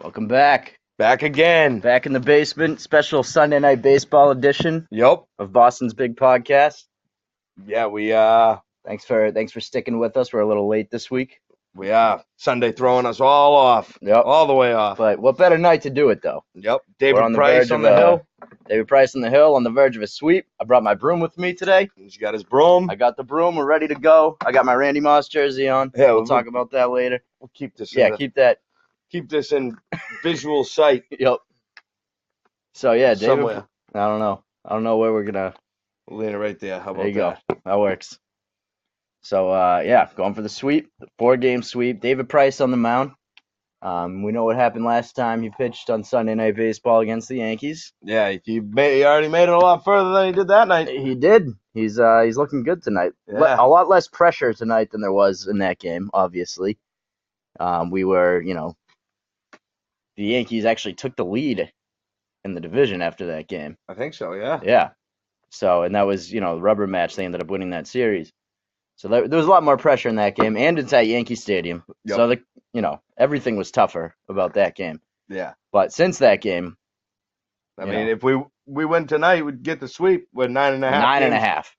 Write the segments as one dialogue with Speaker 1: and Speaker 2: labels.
Speaker 1: Welcome back.
Speaker 2: Back again.
Speaker 1: Back in the basement, special Sunday night baseball edition
Speaker 2: Yep.
Speaker 1: of Boston's Big Podcast.
Speaker 2: Yeah, we uh
Speaker 1: Thanks for thanks for sticking with us. We're a little late this week.
Speaker 2: we uh Sunday throwing us all off.
Speaker 1: Yep.
Speaker 2: All the way off.
Speaker 1: But what better night to do it though?
Speaker 2: Yep.
Speaker 1: We're
Speaker 2: David
Speaker 1: on the verge
Speaker 2: Price on
Speaker 1: of
Speaker 2: the
Speaker 1: a-
Speaker 2: hill.
Speaker 1: David Price on the hill on the verge of a sweep. I brought my broom with me today.
Speaker 2: He's got his broom.
Speaker 1: I got the broom. We're ready to go. I got my Randy Moss jersey on.
Speaker 2: yeah,
Speaker 1: We'll talk about that later.
Speaker 2: we'll keep this in
Speaker 1: Yeah,
Speaker 2: the-
Speaker 1: keep that.
Speaker 2: keep this in visual sight
Speaker 1: Yep. So yeah, David.
Speaker 2: somewhere.
Speaker 1: I don't know. I don't know where we're gonna
Speaker 2: Lean it right there. How about
Speaker 1: There you
Speaker 2: that?
Speaker 1: go. That works. So uh, yeah, going for the sweep, the four game sweep. David Price on the mound. Um, we know what happened last time. He pitched on Sunday Night Baseball against the Yankees.
Speaker 2: Yeah, he, made, he already made it a lot further than he did that night.
Speaker 1: He did. He's uh, he's looking good tonight. Le-
Speaker 2: Yeah.
Speaker 1: A lot less pressure tonight than there was in that game. Obviously, um, we were you know the Yankees actually took the lead in the division after that game.
Speaker 2: I think so, yeah.
Speaker 1: Yeah. So, and that was, you know, the rubber match. They ended up winning that series. So there, there was a lot more pressure in that game, and it's at Yankee Stadium.
Speaker 2: Yep.
Speaker 1: So, the, you know, everything was tougher about that game.
Speaker 2: Yeah.
Speaker 1: But since that game,
Speaker 2: I
Speaker 1: You
Speaker 2: mean,
Speaker 1: know.
Speaker 2: if we we win tonight, we'd get the sweep with nine and a half.
Speaker 1: nine and a
Speaker 2: games.
Speaker 1: half,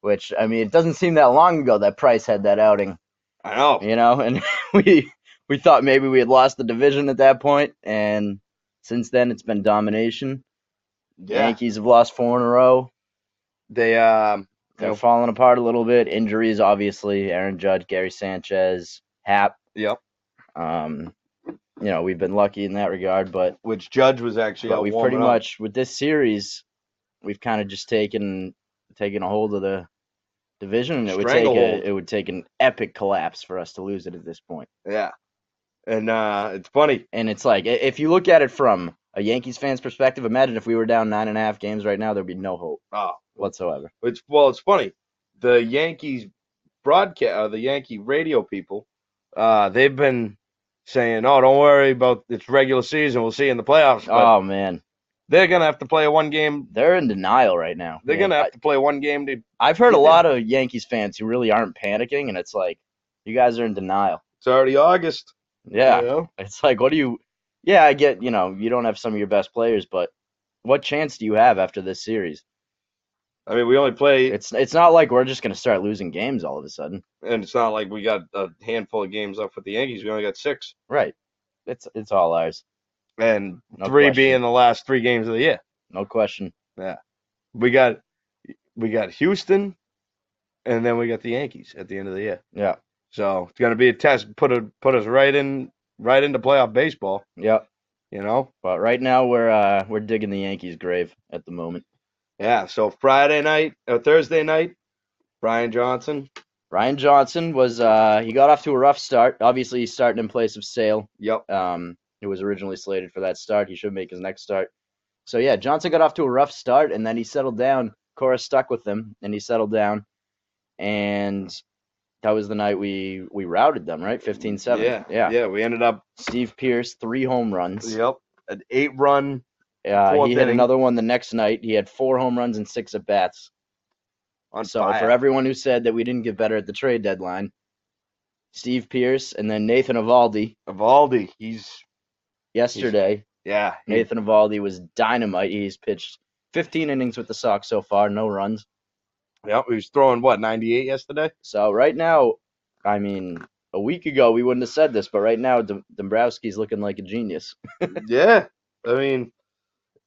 Speaker 1: which, I mean, it doesn't seem that long ago that Price had that outing,
Speaker 2: I know.
Speaker 1: you know, and we we thought maybe we had lost the division at that point, and since then it's been domination.
Speaker 2: Yeah.
Speaker 1: Yankees have lost four in a row.
Speaker 2: They um
Speaker 1: They're
Speaker 2: Yep.
Speaker 1: falling apart a little bit. Injuries, obviously. Aaron Judge, Gary Sanchez, Hap.
Speaker 2: Yep.
Speaker 1: Um, you know, we've been lucky in that regard, but,
Speaker 2: which Judge was actually
Speaker 1: but
Speaker 2: out
Speaker 1: we've
Speaker 2: warming
Speaker 1: pretty
Speaker 2: up.
Speaker 1: much with this series, we've kind of just taken taken a hold of the division, and it would take
Speaker 2: Stranglehold.
Speaker 1: a, it would take an epic collapse for us to lose it at this point.
Speaker 2: Yeah. And uh it's funny.
Speaker 1: And it's like i- if you look at it from a Yankees fan's perspective, imagine if we were down nine and a half games right now, there'd be no hope
Speaker 2: Oh,
Speaker 1: whatsoever.
Speaker 2: it's well, it's funny. The Yankees broadcast or the Yankee radio people, uh, they've been saying, "Oh, don't worry about it's regular season. We'll see you in the playoffs." But
Speaker 1: Oh man,
Speaker 2: they're gonna have to play a one game.
Speaker 1: they're in denial right now.
Speaker 2: They're
Speaker 1: man.
Speaker 2: gonna have to play one game to.
Speaker 1: I've heard a
Speaker 2: Yeah.
Speaker 1: lot of Yankees fans who really aren't panicking, and it's like, you guys are in denial.
Speaker 2: It's already August.
Speaker 1: Yeah.
Speaker 2: You know?
Speaker 1: It's like, what do you. Yeah, I get, you know, you don't have some of your best players, but what chance do you have after this series?
Speaker 2: I mean, we only play,
Speaker 1: It's it's not like we're just going to start losing games all of a sudden.
Speaker 2: and it's not like we got a handful of games left with the Yankees. We only got six,
Speaker 1: Right. It's it's all ours.
Speaker 2: and
Speaker 1: No
Speaker 2: three
Speaker 1: question.
Speaker 2: being the last three games of the year.
Speaker 1: No question.
Speaker 2: We got, we got Houston, and then we got the Yankees at the end of the year.
Speaker 1: Yeah.
Speaker 2: So it's gonna be a test. Put a put us right in right into playoff baseball.
Speaker 1: Yeah.
Speaker 2: You know.
Speaker 1: But right now we're uh we're digging the Yankees grave at the moment.
Speaker 2: Yeah. So Friday night or Thursday night, Brian Johnson.
Speaker 1: Ryan Johnson was uh he got off to a rough start. Obviously he's starting in place of Sale.
Speaker 2: Yep.
Speaker 1: um, who was originally slated for that start. He should make his next start. So yeah, Johnson got off to a rough start, and then he settled down. Cora stuck with him, and he settled down. And that was the night we we routed them, right? 15-7.
Speaker 2: Yeah.
Speaker 1: yeah.
Speaker 2: Yeah. We ended up.
Speaker 1: Steve Pierce, three home runs.
Speaker 2: Yep. An eight run.
Speaker 1: Uh,
Speaker 2: Fourth
Speaker 1: he hit
Speaker 2: inning.
Speaker 1: another one the next night. He had four home runs and six at bats.
Speaker 2: On
Speaker 1: So
Speaker 2: fire.
Speaker 1: for everyone who said that we didn't get better at the trade deadline, Steve Pierce and then Nathan Avaldi
Speaker 2: Evaldi. He's
Speaker 1: yesterday
Speaker 2: yeah. he-
Speaker 1: Nathan Evaldi was dynamite. He's pitched 15 innings with the Sox so far, no runs.
Speaker 2: yep. He was throwing what ninety eight yesterday.
Speaker 1: So right now, I mean, a week ago we wouldn't have said this, but right now Dom- Dombrowski's looking like a genius.
Speaker 2: yeah. I mean,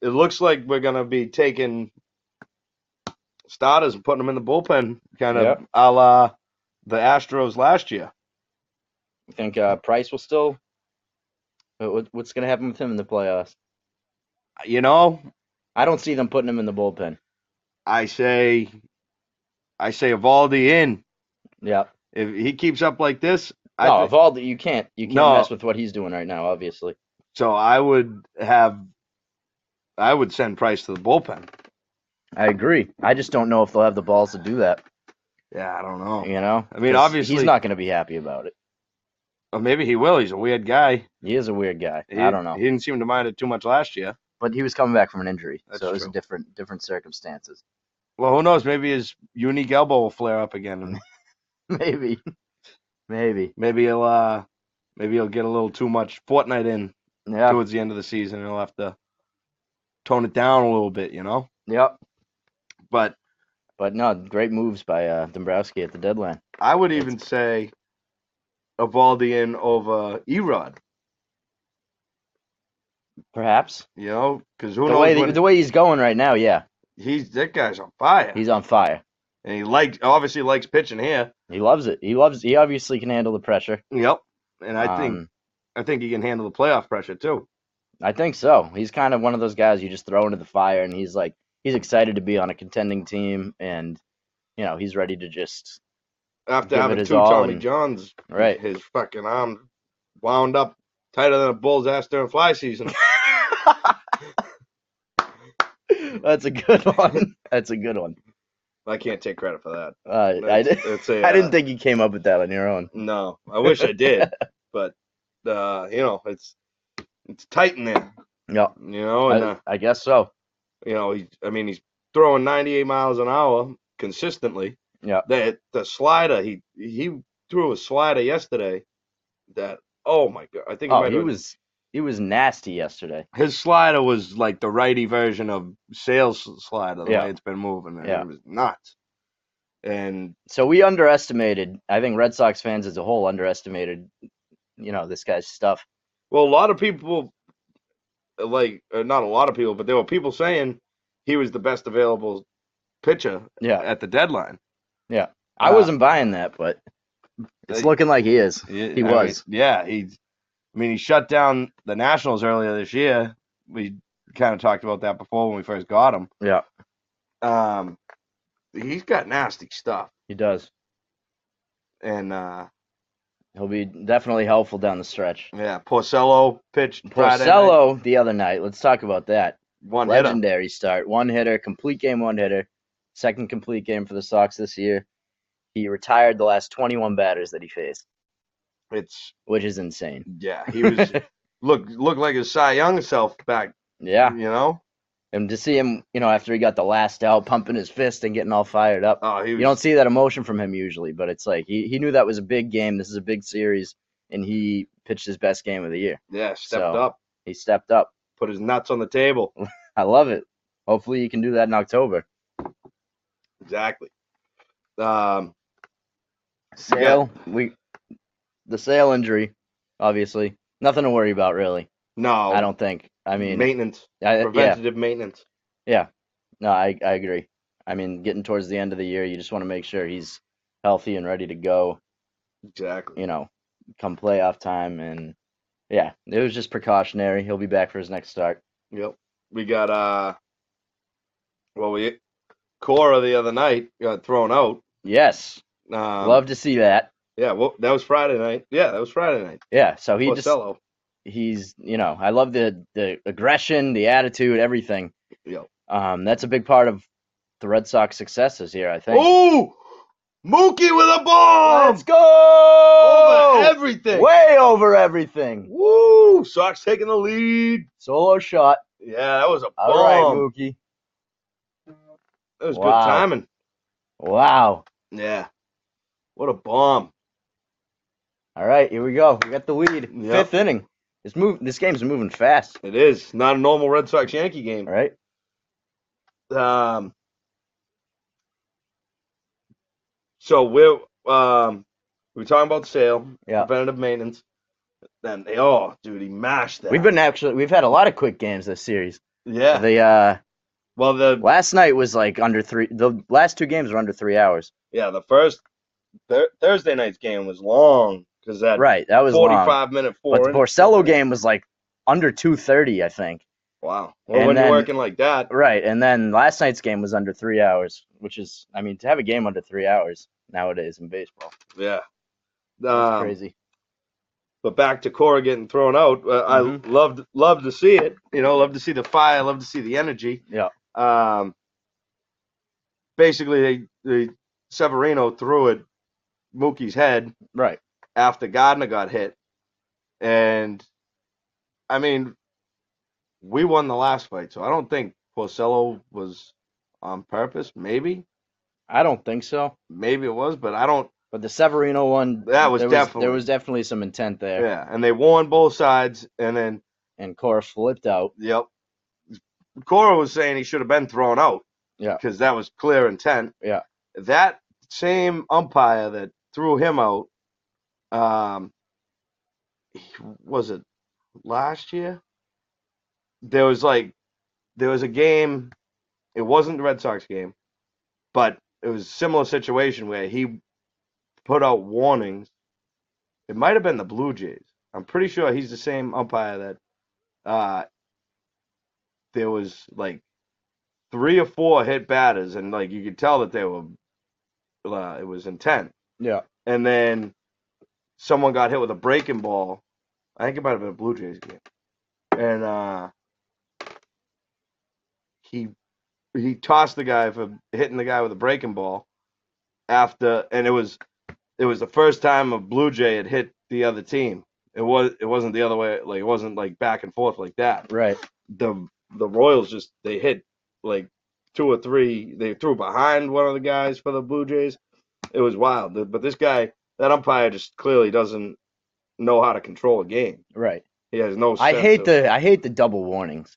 Speaker 2: it looks like we're gonna be taking starters and putting them in the bullpen, kind of
Speaker 1: Yep.
Speaker 2: a la the Astros last year.
Speaker 1: You think uh, Price will still? what- what- What's going to happen with him in the playoffs?
Speaker 2: You know,
Speaker 1: I don't see them putting him in the bullpen.
Speaker 2: I say, I say Evaldi in.
Speaker 1: Yeah.
Speaker 2: If he keeps up like this, I
Speaker 1: No,
Speaker 2: thi-
Speaker 1: Evaldi, you can't. You can't
Speaker 2: No.
Speaker 1: mess with what he's doing right now. Obviously.
Speaker 2: so I would have, I would send Price to the bullpen.
Speaker 1: I agree. I just don't know if they'll have the balls to do that.
Speaker 2: Yeah, I don't know.
Speaker 1: You know.
Speaker 2: I mean,
Speaker 1: 'Cause
Speaker 2: obviously-
Speaker 1: he's not going to be happy about it.
Speaker 2: Or maybe he will. He's a weird guy.
Speaker 1: He is a weird guy.
Speaker 2: He,
Speaker 1: I don't know.
Speaker 2: He didn't seem to mind it too much last year.
Speaker 1: but he was coming back from an injury,
Speaker 2: That's
Speaker 1: so it was
Speaker 2: true.
Speaker 1: different different circumstances.
Speaker 2: Well, who knows? Maybe his unique elbow will flare up again, and
Speaker 1: Maybe, maybe.
Speaker 2: maybe he'll, uh, maybe he'll get a little too much Fortnite in
Speaker 1: Yeah.
Speaker 2: towards the end of the season. He'll have to tone it down a little bit, you know.
Speaker 1: Yep.
Speaker 2: But
Speaker 1: But no, great moves by uh, Dombrowski at the deadline.
Speaker 2: I would even say Evaldi in over Erod.
Speaker 1: Perhaps
Speaker 2: You know, because who
Speaker 1: the
Speaker 2: knows?
Speaker 1: way
Speaker 2: what-
Speaker 1: the way he's going right now, yeah,
Speaker 2: he's that guy's on fire,
Speaker 1: he's on fire.
Speaker 2: and he likes obviously likes pitching here.
Speaker 1: He loves it. He loves. He obviously can handle the pressure.
Speaker 2: Yep, and I think
Speaker 1: Um,
Speaker 2: I think he can handle the playoff pressure too.
Speaker 1: I think so. He's kind of one of those guys you just throw into the fire, and he's like he's excited to be on a contending team, and you know he's ready to just
Speaker 2: After
Speaker 1: Give it
Speaker 2: having
Speaker 1: his
Speaker 2: two
Speaker 1: all
Speaker 2: Tommy
Speaker 1: and-
Speaker 2: Johns,
Speaker 1: right.
Speaker 2: his fucking arm wound up tighter than a bull's ass during fly season.
Speaker 1: That's a good one. That's a good one.
Speaker 2: I can't take credit for that.
Speaker 1: Uh, I, did,
Speaker 2: That's- that's a,
Speaker 1: I
Speaker 2: uh,
Speaker 1: didn't think you came up with that on your own.
Speaker 2: No, I wish I did, but uh, you know, it's it's tight in there.
Speaker 1: Yeah,
Speaker 2: You know, and uh,
Speaker 1: I, I guess so.
Speaker 2: you know, he, I mean, he's throwing 98 miles an hour consistently.
Speaker 1: Yeah.
Speaker 2: That the slider he he threw a slider yesterday. That oh my god, I think it
Speaker 1: Oh,
Speaker 2: might
Speaker 1: he
Speaker 2: have-
Speaker 1: was he was nasty yesterday.
Speaker 2: his slider was like the righty version of sales slider. The
Speaker 1: Yeah.
Speaker 2: way it's been moving, and
Speaker 1: Yeah.
Speaker 2: it was nuts. And
Speaker 1: So we underestimated. I think Red Sox fans as a whole underestimated. You know this guy's stuff.
Speaker 2: Well, a lot of people, like, uh, not a lot of people, but there were people saying he was the best available pitcher
Speaker 1: Yeah,
Speaker 2: at the deadline.
Speaker 1: I
Speaker 2: Uh,
Speaker 1: wasn't buying that, but it's
Speaker 2: Uh,
Speaker 1: looking like he is. He
Speaker 2: I
Speaker 1: was.
Speaker 2: mean, yeah, he. I mean, he shut down the Nationals earlier this year. We kind of talked about that before when we first got him.
Speaker 1: Yeah.
Speaker 2: Um, he's got nasty stuff,
Speaker 1: He does.
Speaker 2: and uh,
Speaker 1: He'll be definitely helpful down the stretch.
Speaker 2: yeah, Porcello pitched Friday night,
Speaker 1: Porcello the other night. Let's talk about that.
Speaker 2: one hitter.
Speaker 1: Legendary start. One hitter, complete game one hitter. Second complete game for the Sox this year. He retired the last 21 batters that he faced,
Speaker 2: It's
Speaker 1: which is insane.
Speaker 2: yeah, he was look looked like his Cy Young self back.
Speaker 1: yeah.
Speaker 2: You know,
Speaker 1: And to see him, you know, after he got the last out, pumping his fist and getting all fired up.
Speaker 2: oh, he was
Speaker 1: You don't see that emotion from him usually, but it's like he, he knew that was a big game. This is a big series, and he pitched his best game of the year.
Speaker 2: Yeah, stepped
Speaker 1: So-
Speaker 2: up,
Speaker 1: He stepped up.
Speaker 2: put his nuts on the table.
Speaker 1: I love it. Hopefully, you can do that in October.
Speaker 2: Exactly. Um,
Speaker 1: Sale, we the sale injury, obviously nothing to worry about really.
Speaker 2: no,
Speaker 1: I don't think. I mean,
Speaker 2: maintenance,
Speaker 1: I, yeah,
Speaker 2: preventative maintenance.
Speaker 1: no, I I agree. I mean, getting towards the end of the year, you just want to make sure he's healthy and ready to go.
Speaker 2: Exactly.
Speaker 1: You know, come playoff time, and yeah, it was just precautionary. He'll be back for his next start.
Speaker 2: Yep. We got uh, well, we Cora the other night got thrown out.
Speaker 1: Yes,
Speaker 2: Um,
Speaker 1: love to see that.
Speaker 2: Yeah, well, that was Friday night. Yeah, that was Friday night.
Speaker 1: Yeah, so he just
Speaker 2: Porcello.
Speaker 1: he's you know I love the the aggression, the attitude, everything.
Speaker 2: Yep.
Speaker 1: Um, that's a big part of the Red Sox successes here. I think.
Speaker 2: Ooh, Mookie with a bomb
Speaker 1: Let's go!
Speaker 2: over everything.
Speaker 1: Way over everything.
Speaker 2: Woo! Sox taking the lead.
Speaker 1: Solo shot.
Speaker 2: Yeah, that was a
Speaker 1: All right,
Speaker 2: bomb.
Speaker 1: Mookie.
Speaker 2: that was
Speaker 1: Wow.
Speaker 2: good timing.
Speaker 1: Wow.
Speaker 2: Yeah. What a bomb.
Speaker 1: All right, here we go. We got the lead.
Speaker 2: Yep.
Speaker 1: Fifth inning. This move. This game's moving fast.
Speaker 2: It is. Not a normal Red Sox Yankee game.
Speaker 1: All right.
Speaker 2: Um So we're um we were talking about sale,
Speaker 1: Yeah.
Speaker 2: preventative maintenance. Then they oh dude, he mashed that.
Speaker 1: We've been actually. We've had a lot of quick games this series.
Speaker 2: Yeah.
Speaker 1: The uh,
Speaker 2: well the
Speaker 1: last night was like under three. The last two games were under three hours.
Speaker 2: yeah, the first Thur- Thursday night's game was long because that
Speaker 1: Right. That was
Speaker 2: forty
Speaker 1: long.
Speaker 2: five minute four.
Speaker 1: But the
Speaker 2: inning-
Speaker 1: Porcello game was like under two thirty, I think.
Speaker 2: Wow. Well,
Speaker 1: And
Speaker 2: when
Speaker 1: then-
Speaker 2: you're working like that,
Speaker 1: Right, and then last night's game was under three hours, which is, I mean, to have a game under three hours nowadays in baseball,
Speaker 2: yeah.
Speaker 1: that's
Speaker 2: Um,
Speaker 1: crazy.
Speaker 2: But back to Cora getting thrown out. Uh, I loved loved to see it. You know, love to see the fire. Love to see the energy.
Speaker 1: Yeah.
Speaker 2: Um. Basically, they, they Severino threw it Mookie's head
Speaker 1: Right.
Speaker 2: after Gardner got hit, and I mean, we won the last fight, so I don't think Porcello was on purpose. Maybe,
Speaker 1: I don't think so,
Speaker 2: maybe it was, but I don't.
Speaker 1: but the Severino one,
Speaker 2: That was
Speaker 1: there
Speaker 2: definitely-
Speaker 1: there was definitely some intent there.
Speaker 2: Yeah, and they won both sides, and then
Speaker 1: and Cora flipped out.
Speaker 2: Yep. Cora was saying he should have been thrown out.
Speaker 1: Yeah.
Speaker 2: Because that was clear intent.
Speaker 1: Yeah.
Speaker 2: That same umpire that threw him out, um, was it last year? There was like, there was a game. It wasn't the Red Sox game, but it was a similar situation where he put out warnings. It might have been the Blue Jays. I'm pretty sure he's the same umpire that uh, there was like three or four hit batters, and like you could tell that they were, uh, it was intent.
Speaker 1: Yeah.
Speaker 2: And then someone got hit with a breaking ball. I think it might have been a Blue Jays game, and uh, he he tossed the guy for hitting the guy with a breaking ball after, and it was it was the first time a Blue Jay had hit the other team. It was it wasn't the other way, like it wasn't like back and forth like that
Speaker 1: Right.
Speaker 2: the the Royals just they hit like two or three. They threw behind one of the guys for the Blue Jays. It was wild. The- But this guy, that umpire, just clearly doesn't know how to control a game.
Speaker 1: Right.
Speaker 2: He has no.
Speaker 1: I
Speaker 2: sense
Speaker 1: hate
Speaker 2: of-
Speaker 1: the I hate the double warnings.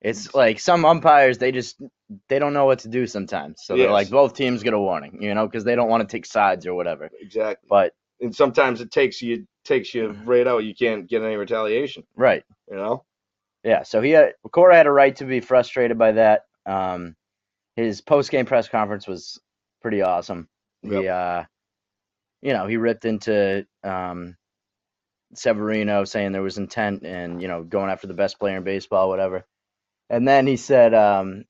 Speaker 1: It's like some umpires they just they don't know what to do sometimes. So they're
Speaker 2: Yes.
Speaker 1: like both teams get a warning, you know, because they don't want to take sides or whatever.
Speaker 2: exactly.
Speaker 1: But
Speaker 2: And sometimes it takes you takes you
Speaker 1: Mm-hmm.
Speaker 2: right out. You can't get any retaliation.
Speaker 1: right,
Speaker 2: You know.
Speaker 1: yeah. So he had Cora had a right to be frustrated by that. Um, his post game press conference was pretty awesome. He
Speaker 2: Yep.
Speaker 1: uh, you know, he ripped into um, Severino saying there was intent and you know going after the best player in baseball, whatever. And then he said, um,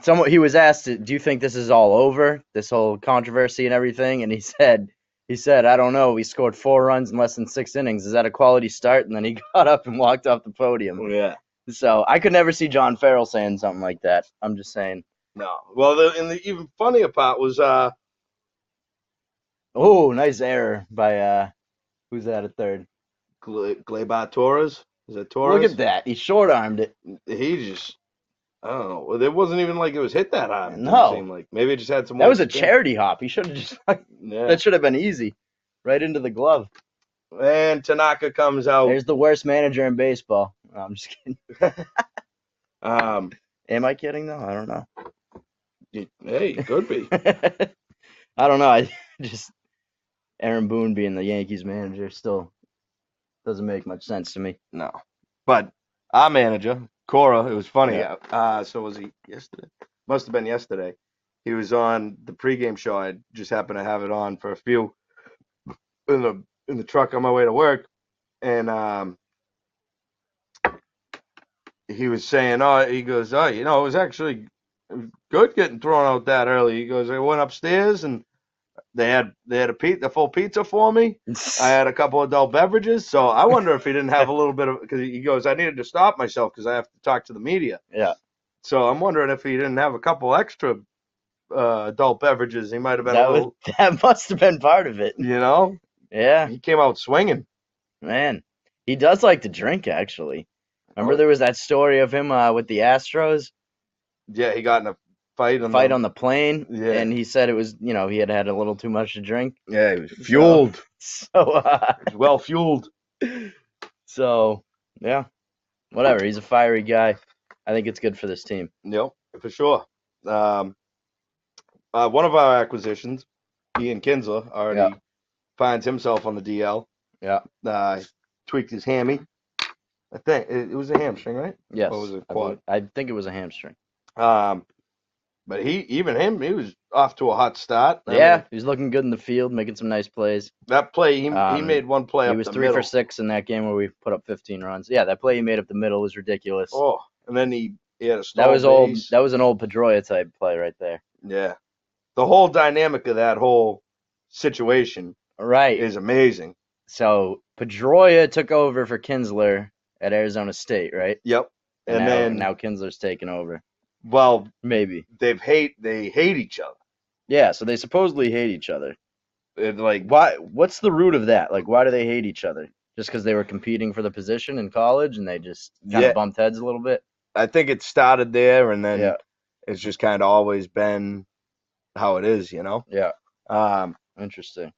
Speaker 1: someone he was asked, "Do you think this is all over? This whole controversy and everything?" And he said, "He said I don't know. We scored four runs in less than six innings. Is that a quality start?" And then he got up and walked off the podium.
Speaker 2: Yeah.
Speaker 1: So I could never see John Farrell saying something like that. I'm just saying.
Speaker 2: No. Well, the, and the even funnier part was uh
Speaker 1: Oh, nice error by uh, who's that at third?
Speaker 2: Gle- Gleyber Torres. Is that Torres?
Speaker 1: Look at that. He short armed it.
Speaker 2: he just I don't know. Well, It wasn't even like it was hit that high.
Speaker 1: No.
Speaker 2: it seemed like maybe it just had some.
Speaker 1: That was a
Speaker 2: weird spin.
Speaker 1: charity hop. He should have just
Speaker 2: Yeah.
Speaker 1: That should have been easy. Right into the glove.
Speaker 2: and Tanaka comes out.
Speaker 1: There's the worst manager in baseball. No, I'm just kidding.
Speaker 2: Um,
Speaker 1: Am I kidding though? I don't know.
Speaker 2: y- hey, could be.
Speaker 1: I don't know. I just Aaron Boone being the Yankees manager still doesn't make much sense to me.
Speaker 2: no, but our manager Cora. It was funny.
Speaker 1: Yeah.
Speaker 2: Uh, so was he yesterday? Must have been yesterday. He was on the pregame show. I just happened to have it on for a few in the in the truck on my way to work, and um, he was saying, "Oh, he goes, oh, you know, it was actually good getting thrown out that early." He goes, "I went upstairs and they had they had a pe- the full pizza for me. I uh, had a couple adult beverages, so I wonder if he didn't have a little bit of because he goes, I needed to stop myself because I have to talk to the media.
Speaker 1: Yeah.
Speaker 2: So I'm wondering if he didn't have a couple extra uh, adult beverages, he might have been
Speaker 1: That
Speaker 2: a
Speaker 1: was-
Speaker 2: little,
Speaker 1: that must have been part of it.
Speaker 2: you know,
Speaker 1: Yeah,
Speaker 2: he came out swinging.
Speaker 1: man. He does like to drink actually. Remember
Speaker 2: Oh.
Speaker 1: there was that story of him uh, with the Astros
Speaker 2: Yeah, he got in a fight on
Speaker 1: fight
Speaker 2: the,
Speaker 1: on the plane
Speaker 2: Yeah.
Speaker 1: and he said it was, you know, he had had a little too much to drink.
Speaker 2: Yeah, he was fueled.
Speaker 1: So uh
Speaker 2: He was well fueled.
Speaker 1: So yeah, whatever. He's a fiery guy. I think it's good for this team.
Speaker 2: Yep, for sure. Um, uh, one of our acquisitions, Ian Kinsler, already
Speaker 1: Yeah.
Speaker 2: finds himself on the DL.
Speaker 1: Yeah.
Speaker 2: Uh, tweaked his hammy. I think it, it was a hamstring, right?
Speaker 1: Yes.
Speaker 2: was it,
Speaker 1: I,
Speaker 2: quad?
Speaker 1: believe- I think it was a hamstring.
Speaker 2: Um, but he, even him, he was off to a hot start. I
Speaker 1: yeah,
Speaker 2: mean,
Speaker 1: he was looking good in the field, making some nice plays.
Speaker 2: that play, he, he
Speaker 1: Um,
Speaker 2: made one play
Speaker 1: He
Speaker 2: up
Speaker 1: was
Speaker 2: the
Speaker 1: three
Speaker 2: middle.
Speaker 1: for six in that game where we put up 15 runs. Yeah, that play he made up the middle was ridiculous.
Speaker 2: Oh, and then he, he had a
Speaker 1: that
Speaker 2: stall
Speaker 1: was old.
Speaker 2: base.
Speaker 1: That was an old Pedroia type play right there.
Speaker 2: Yeah. The whole dynamic of that whole situation
Speaker 1: Right.
Speaker 2: is amazing.
Speaker 1: so Pedroia took over for Kinsler at Arizona State, right?
Speaker 2: Yep. And
Speaker 1: now,
Speaker 2: then,
Speaker 1: now Kinsler's taking over.
Speaker 2: well,
Speaker 1: Maybe.
Speaker 2: they've hate they hate each other.
Speaker 1: Yeah. So they supposedly hate each other.
Speaker 2: And like
Speaker 1: why what's the root of that like why do they hate each other just because they were competing for the position in college and they just kind
Speaker 2: Yeah.
Speaker 1: of bumped heads a little bit
Speaker 2: I think it started there, and then
Speaker 1: yeah
Speaker 2: it's just kind of always been how it is, you know.
Speaker 1: yeah
Speaker 2: Um,
Speaker 1: interesting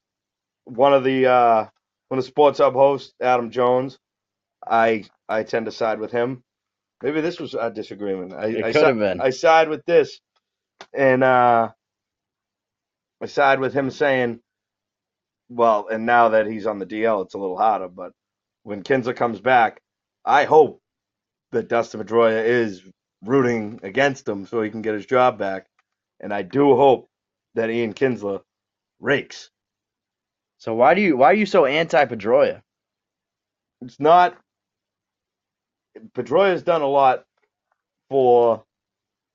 Speaker 2: one of the uh, one of the sports hub hosts, Adam Jones. I I tend to side with him. Maybe this was a disagreement. I,
Speaker 1: It
Speaker 2: I,
Speaker 1: could
Speaker 2: si-
Speaker 1: have been.
Speaker 2: I side with this, and uh, I side with him saying, well, and now that he's on the DL, it's a little harder. But when Kinza comes back, I hope that Dustin Pedroia is rooting against him so he can get his job back, and I do hope that Ian Kinsler rakes.
Speaker 1: So why do you why are you so anti Pedroia?
Speaker 2: It's not. Pedroia's done a lot for.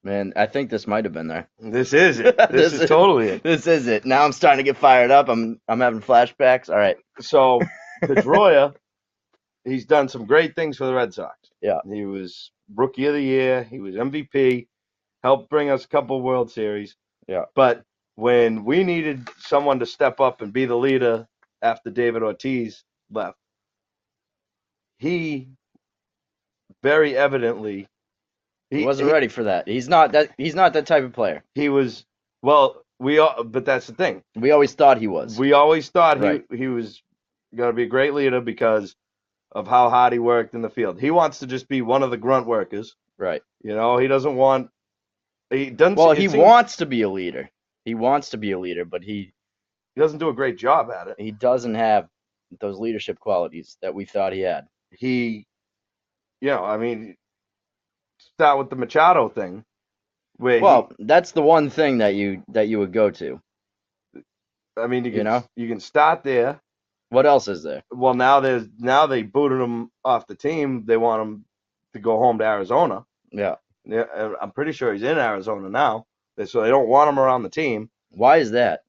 Speaker 1: Man, I think this might have been there.
Speaker 2: This is it. This,
Speaker 1: This
Speaker 2: is,
Speaker 1: is-
Speaker 2: totally it.
Speaker 1: This is it. Now I'm starting to get fired up. I'm I'm having flashbacks. All right.
Speaker 2: So Pedroia, he's done some great things for the Red Sox.
Speaker 1: Yeah.
Speaker 2: He was rookie of the year. He was MVP. Helped bring us a couple World Series.
Speaker 1: Yeah.
Speaker 2: But when we needed someone to step up and be the leader after David Ortiz left, he very evidently
Speaker 1: He wasn't ready for that. He's not that he's not that type of player.
Speaker 2: He was well. We all, but that's the thing.
Speaker 1: We always thought he was.
Speaker 2: We always thought
Speaker 1: Right.
Speaker 2: he, he was going to be a great leader because of how hard he worked in the field. He wants to just be one of the grunt workers.
Speaker 1: right.
Speaker 2: You know, he doesn't want. He doesn't.
Speaker 1: Well,
Speaker 2: it
Speaker 1: he
Speaker 2: seems-
Speaker 1: wants to be a leader. He wants to be a leader, but he
Speaker 2: He doesn't do a great job at it.
Speaker 1: he doesn't have those leadership qualities that we thought he had.
Speaker 2: He, you know, I mean, start with the Machado thing. Where he-
Speaker 1: Well, that's the one thing that you that you would go to.
Speaker 2: I mean, you
Speaker 1: you
Speaker 2: can,
Speaker 1: know?
Speaker 2: you can start there.
Speaker 1: What else is there?
Speaker 2: Well, now there's now they booted him off the team. They want him to go home to Arizona.
Speaker 1: Yeah.
Speaker 2: Yeah, and I'm pretty sure he's in Arizona now, They- so they don't want him around the team.
Speaker 1: Why is that?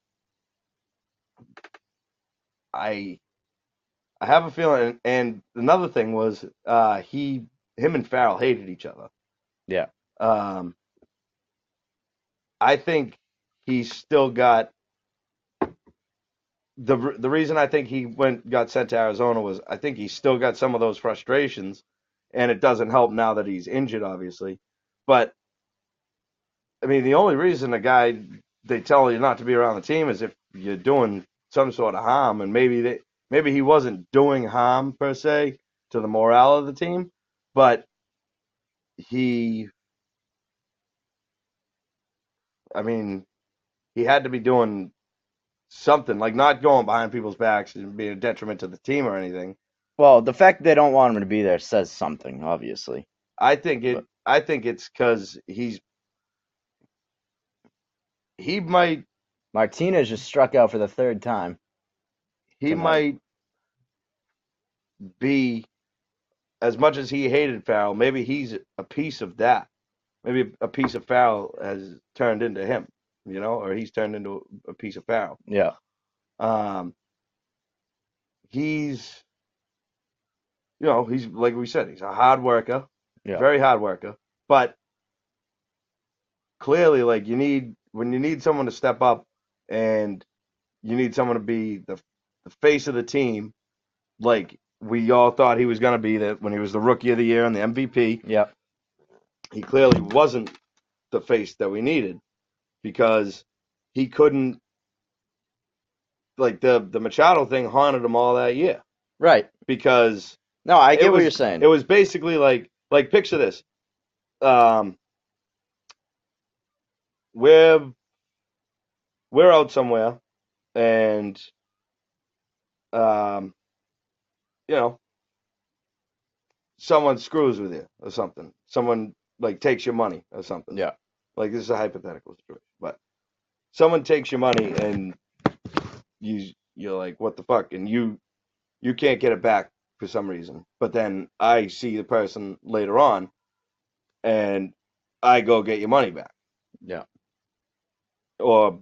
Speaker 2: I, I have a feeling. And another thing was, uh, he, him, and Farrell hated each other.
Speaker 1: Yeah.
Speaker 2: Um, I think he's still got the re- the reason I think he went got sent to Arizona was I think he's still got some of those frustrations, and it doesn't help now that he's injured, obviously. But I mean, the only reason a guy they tell you not to be around the team is if you're doing some sort of harm, and maybe they maybe he wasn't doing harm per se to the morale of the team, but he, I mean, he had to be doing something like not going behind people's backs and being a detriment to the team or anything.
Speaker 1: Well, the fact they don't want him to be there says something, obviously.
Speaker 2: I think it.
Speaker 1: But-
Speaker 2: I think it's because he's. He might.
Speaker 1: Martinez just struck out for the third time.
Speaker 2: He
Speaker 1: Tonight.
Speaker 2: might be. As much as he hated Farrell, maybe he's a piece of that. Maybe a piece of Farrell has turned into him, you know, or he's turned into a piece of Farrell.
Speaker 1: Yeah.
Speaker 2: Um, he's, you know, he's like we said, he's a hard worker,
Speaker 1: Yeah.
Speaker 2: very hard worker. But clearly, like you need when you need someone to step up, and you need someone to be the the face of the team, like we all thought he was gonna be that when he was the rookie of the year and the MVP
Speaker 1: Yeah.
Speaker 2: he clearly wasn't the face that we needed because he couldn't like the the Machado thing haunted him all that year
Speaker 1: Right.
Speaker 2: because
Speaker 1: No, I
Speaker 2: It
Speaker 1: get what
Speaker 2: was-
Speaker 1: you're saying.
Speaker 2: it was basically like like picture this um we're we're out somewhere and um you know someone screws with you or something someone like takes your money or something
Speaker 1: Yeah.
Speaker 2: like this is a hypothetical situation but someone takes your money and you you're like what the fuck and you you can't get it back for some reason but then i see the person later on and i go get your money back
Speaker 1: Yeah.
Speaker 2: or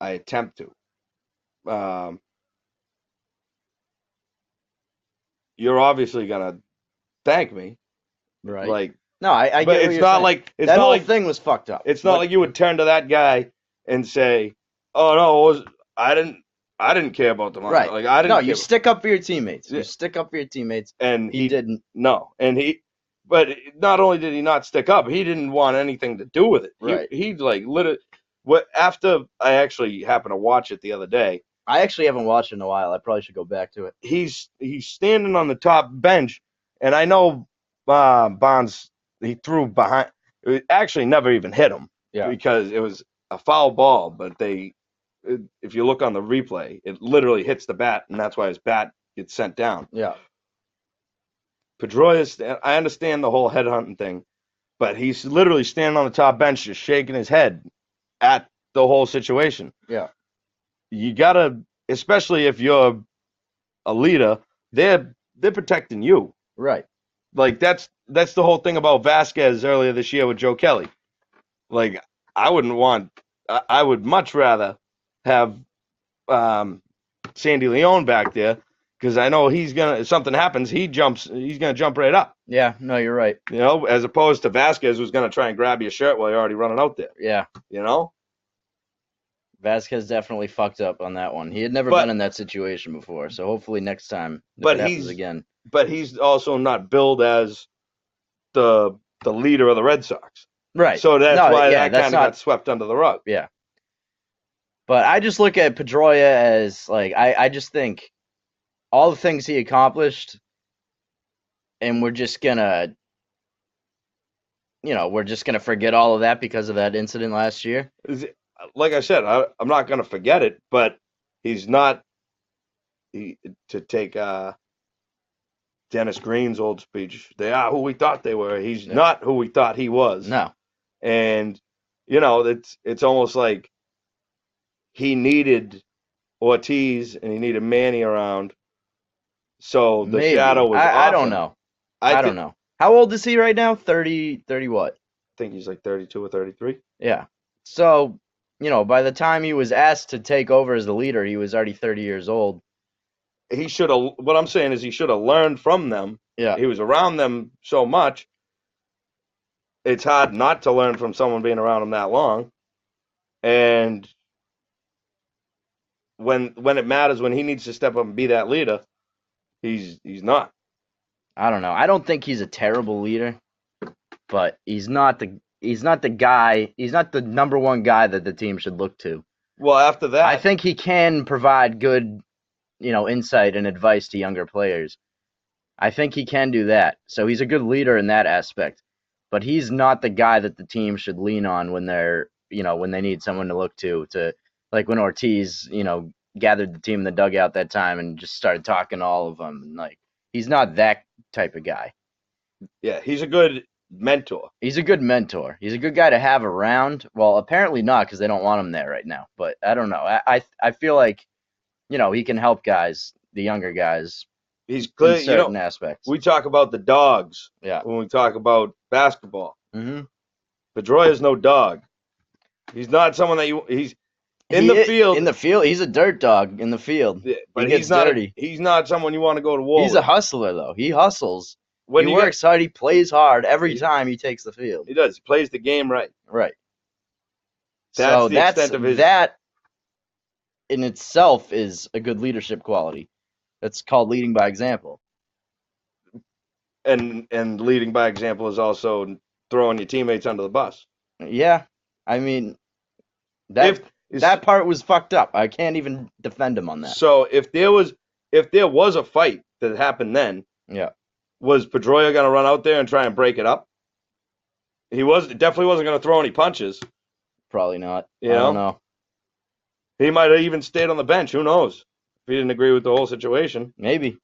Speaker 2: i attempt to um you're obviously gonna thank me
Speaker 1: right.
Speaker 2: like
Speaker 1: no, I, I
Speaker 2: but
Speaker 1: get what
Speaker 2: it's
Speaker 1: you're
Speaker 2: not
Speaker 1: saying.
Speaker 2: like it's
Speaker 1: that
Speaker 2: not
Speaker 1: whole
Speaker 2: like
Speaker 1: thing was fucked up.
Speaker 2: it's not
Speaker 1: But-
Speaker 2: like you would turn to that guy and say, "Oh no, it was, I didn't, I didn't care about the money.
Speaker 1: Right.
Speaker 2: Like I didn't."
Speaker 1: no,
Speaker 2: care
Speaker 1: you
Speaker 2: about-"
Speaker 1: stick up for your teammates.
Speaker 2: Yeah.
Speaker 1: You stick up for your teammates.
Speaker 2: and
Speaker 1: He,
Speaker 2: he,
Speaker 1: didn't.
Speaker 2: no, and he, but not only did he not stick up, he didn't want anything to do with it. He-
Speaker 1: Right.
Speaker 2: He, like literally, what after I actually happened to watch it the other day.
Speaker 1: I actually haven't watched in a while. I probably should go back to it.
Speaker 2: He's he's standing on the top bench, And I know uh, Bonds he threw behind. It actually never even hit him
Speaker 1: Yeah.
Speaker 2: because it was a foul ball. But they, it- if you look on the replay, it literally hits the bat, and that's why his bat gets sent down.
Speaker 1: Yeah.
Speaker 2: Pedroia, sta- I understand the whole headhunting thing, but he's literally standing on the top bench, just shaking his head at the whole situation.
Speaker 1: Yeah.
Speaker 2: you gotta, especially if you're a leader, they're they're protecting you
Speaker 1: Right.
Speaker 2: like that's that's the whole thing about Vasquez earlier this year with Joe Kelly. Like I wouldn't want I, I would much rather have um Sandy Leone back there because I know he's gonna if something happens, he jumps he's gonna jump right up.
Speaker 1: Yeah. No, you're right.
Speaker 2: You know, as opposed to Vasquez who's gonna try and grab your shirt while you're already running out there,
Speaker 1: Yeah.
Speaker 2: you know?
Speaker 1: Vasquez definitely fucked up on that one. He had never
Speaker 2: But-
Speaker 1: been in that situation before, so hopefully next time if
Speaker 2: But
Speaker 1: it happens
Speaker 2: he's-
Speaker 1: again.
Speaker 2: But he's also not billed as the the leader of the Red Sox.
Speaker 1: Right.
Speaker 2: So that's
Speaker 1: No,
Speaker 2: why
Speaker 1: yeah,
Speaker 2: that
Speaker 1: that's
Speaker 2: kind of
Speaker 1: not-
Speaker 2: got swept under the rug.
Speaker 1: But I just look at Pedroia as like I, I just think all the things he accomplished and we're just gonna you know, we're just gonna forget all of that because of that incident last year.
Speaker 2: is it- like I said, I, I'm not going to forget it, but he's not he, to take uh, Dennis Green's old speech. They are who we thought they were. He's
Speaker 1: Yeah.
Speaker 2: not who we thought he was.
Speaker 1: No.
Speaker 2: And you know, it's it's almost like he needed Ortiz and he needed Manny around. So the
Speaker 1: maybe.
Speaker 2: shadow was
Speaker 1: I, I
Speaker 2: off
Speaker 1: don't
Speaker 2: him.
Speaker 1: know.
Speaker 2: I,
Speaker 1: I,
Speaker 2: thi-
Speaker 1: don't know. How old is he right now? 30 30 what?
Speaker 2: think he's like 32 or 33.
Speaker 1: Yeah. So, you know, by the time he was asked to take over as the leader, he was already 30 years old.
Speaker 2: he should have what I'm saying is he should have learned from them.
Speaker 1: Yeah.
Speaker 2: He was around them so much. It's hard not to learn from someone being around them that long. And when when it matters when he needs to step up and be that leader, he's he's not.
Speaker 1: I don't know. I don't think he's a terrible leader, but he's not the he's not the guy. He's not the number one guy that the team should look to.
Speaker 2: Well, after that,
Speaker 1: I think he can provide good, you know, insight and advice to younger players. I think he can do that. So he's a good leader in that aspect. But he's not the guy that the team should lean on when they're, you know, when they need someone to look to to like when Ortiz, you know, gathered the team in the dugout that time and just started talking to all of them and like he's not that type of guy.
Speaker 2: yeah, he's a good mentor.
Speaker 1: He's a good mentor. He's a good guy to have around. Well, apparently not because they don't want him there right now. But I don't know. I, I I feel like, you know, he can help guys, the younger guys,
Speaker 2: He's
Speaker 1: in
Speaker 2: clear. You
Speaker 1: certain
Speaker 2: know,
Speaker 1: aspects.
Speaker 2: we talk about the dogs
Speaker 1: Yeah.
Speaker 2: when we talk about basketball.
Speaker 1: hmm
Speaker 2: Pedroia is no dog. He's not someone that you. He's in the field.
Speaker 1: In the field, he's a dirt dog in the field.
Speaker 2: Yeah, but
Speaker 1: gets
Speaker 2: he's not. a-
Speaker 1: dirty.
Speaker 2: he's not someone you want to go to war
Speaker 1: He's a
Speaker 2: with.
Speaker 1: hustler though. He hustles.
Speaker 2: when
Speaker 1: he
Speaker 2: you get-
Speaker 1: works hard. He plays hard every
Speaker 2: He-
Speaker 1: time he takes the field.
Speaker 2: he does. He plays the game right.
Speaker 1: Right.
Speaker 2: That's
Speaker 1: so
Speaker 2: the
Speaker 1: that's
Speaker 2: extent of his-
Speaker 1: that in itself is a good leadership quality. That's called leading by example.
Speaker 2: And and leading by example is also throwing your teammates under the bus.
Speaker 1: Yeah, I mean that
Speaker 2: if
Speaker 1: that part was fucked up. I can't even defend him on that.
Speaker 2: so, if there was if there was a fight that happened then,
Speaker 1: Yeah.
Speaker 2: was Pedroia going to run out there and try and break it up? He was definitely wasn't going to throw any punches.
Speaker 1: Probably not.
Speaker 2: Yeah.
Speaker 1: I don't know.
Speaker 2: He might have even stayed on the bench. Who knows? If he didn't agree with the whole situation.
Speaker 1: Maybe.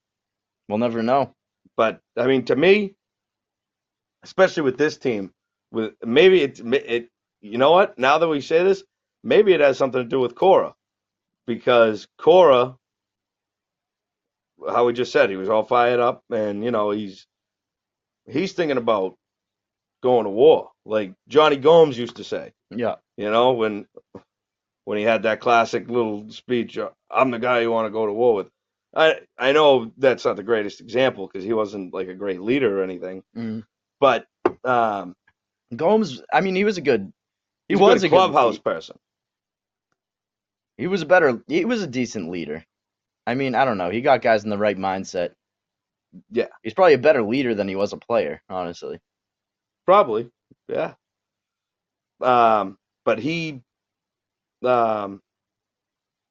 Speaker 1: We'll never know.
Speaker 2: But I mean, to me, especially with this team, with maybe it's it. You know what? Now that we say this, maybe it has something to do with Cora, because Cora, how we just said, he was all fired up, and you know he's he's thinking about going to war, like Johnny Gomes used to say.
Speaker 1: Yeah.
Speaker 2: You know when when he had that classic little speech, uh, "I'm the guy you want to go to war with." I I know that's not the greatest example because he wasn't like a great leader or anything,
Speaker 1: Mm.
Speaker 2: but um,
Speaker 1: Gomes. I mean, he was a good. He
Speaker 2: he's
Speaker 1: was
Speaker 2: a
Speaker 1: a good-
Speaker 2: clubhouse person.
Speaker 1: He was a better. He was a decent leader. I mean, I don't know. He got guys in the right mindset.
Speaker 2: Yeah.
Speaker 1: He's probably a better leader than he was a player, honestly.
Speaker 2: Probably, yeah. Um, but he, um,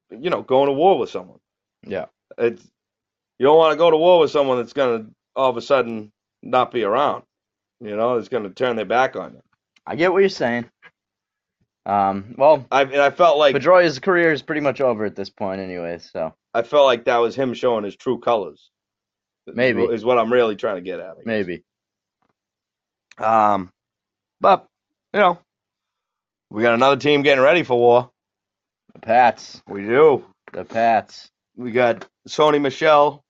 Speaker 2: you know, going to war with someone.
Speaker 1: Yeah.
Speaker 2: It's you don't want to go to war with someone that's gonna all of a sudden not be around. You know, it's going to turn their back on you.
Speaker 1: I get what you're saying. Um, well,
Speaker 2: I and I felt like
Speaker 1: Pedroia's career is pretty much over at this point, anyway. So
Speaker 2: I felt like that was him showing his true colors.
Speaker 1: Maybe.
Speaker 2: is what I'm really trying to get at. I guess.
Speaker 1: maybe.
Speaker 2: Um, but you know, we got another team getting ready for war.
Speaker 1: The Pats.
Speaker 2: We do.
Speaker 1: The Pats.
Speaker 2: We got Sony Michelle.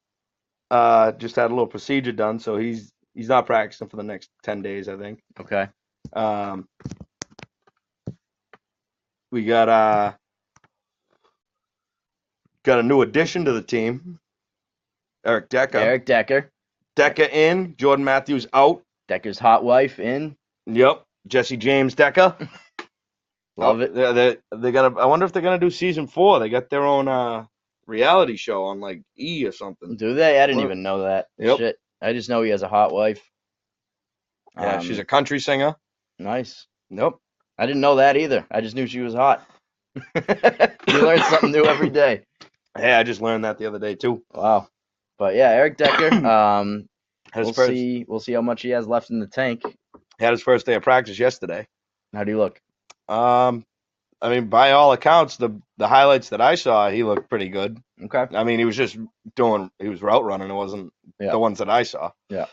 Speaker 2: Uh, just had a little procedure done, so he's he's not practicing for the next ten days, I think.
Speaker 1: Okay.
Speaker 2: Um, we got uh got a new addition to the team. Eric Decker.
Speaker 1: Eric Decker.
Speaker 2: Decker in. Jordan Matthews out.
Speaker 1: Decker's hot wife in.
Speaker 2: Yep. Jesse James Decker.
Speaker 1: Love it.
Speaker 2: They they they got. I wonder if they're gonna do season four. They got their own uh reality show on like E or something.
Speaker 1: Do they? I didn't
Speaker 2: Love
Speaker 1: even know that.
Speaker 2: Yep.
Speaker 1: Shit. I just know he has a hot wife.
Speaker 2: Yeah,
Speaker 1: Um,
Speaker 2: she's a country singer.
Speaker 1: nice.
Speaker 2: Nope.
Speaker 1: I didn't know that either. I just knew she was hot. you learn something new every day.
Speaker 2: Hey, I just learned that the other day too.
Speaker 1: Wow. But yeah, Eric Decker. Um,
Speaker 2: Had
Speaker 1: we'll
Speaker 2: his first
Speaker 1: see. We'll see how much he has left in the tank.
Speaker 2: had his first day of practice yesterday.
Speaker 1: How do you look?
Speaker 2: Um, I mean, by all accounts, the the highlights that I saw, he looked pretty good.
Speaker 1: Okay.
Speaker 2: I mean, he was just doing he was route running. It wasn't
Speaker 1: Yeah.
Speaker 2: the ones that I saw.
Speaker 1: Yeah.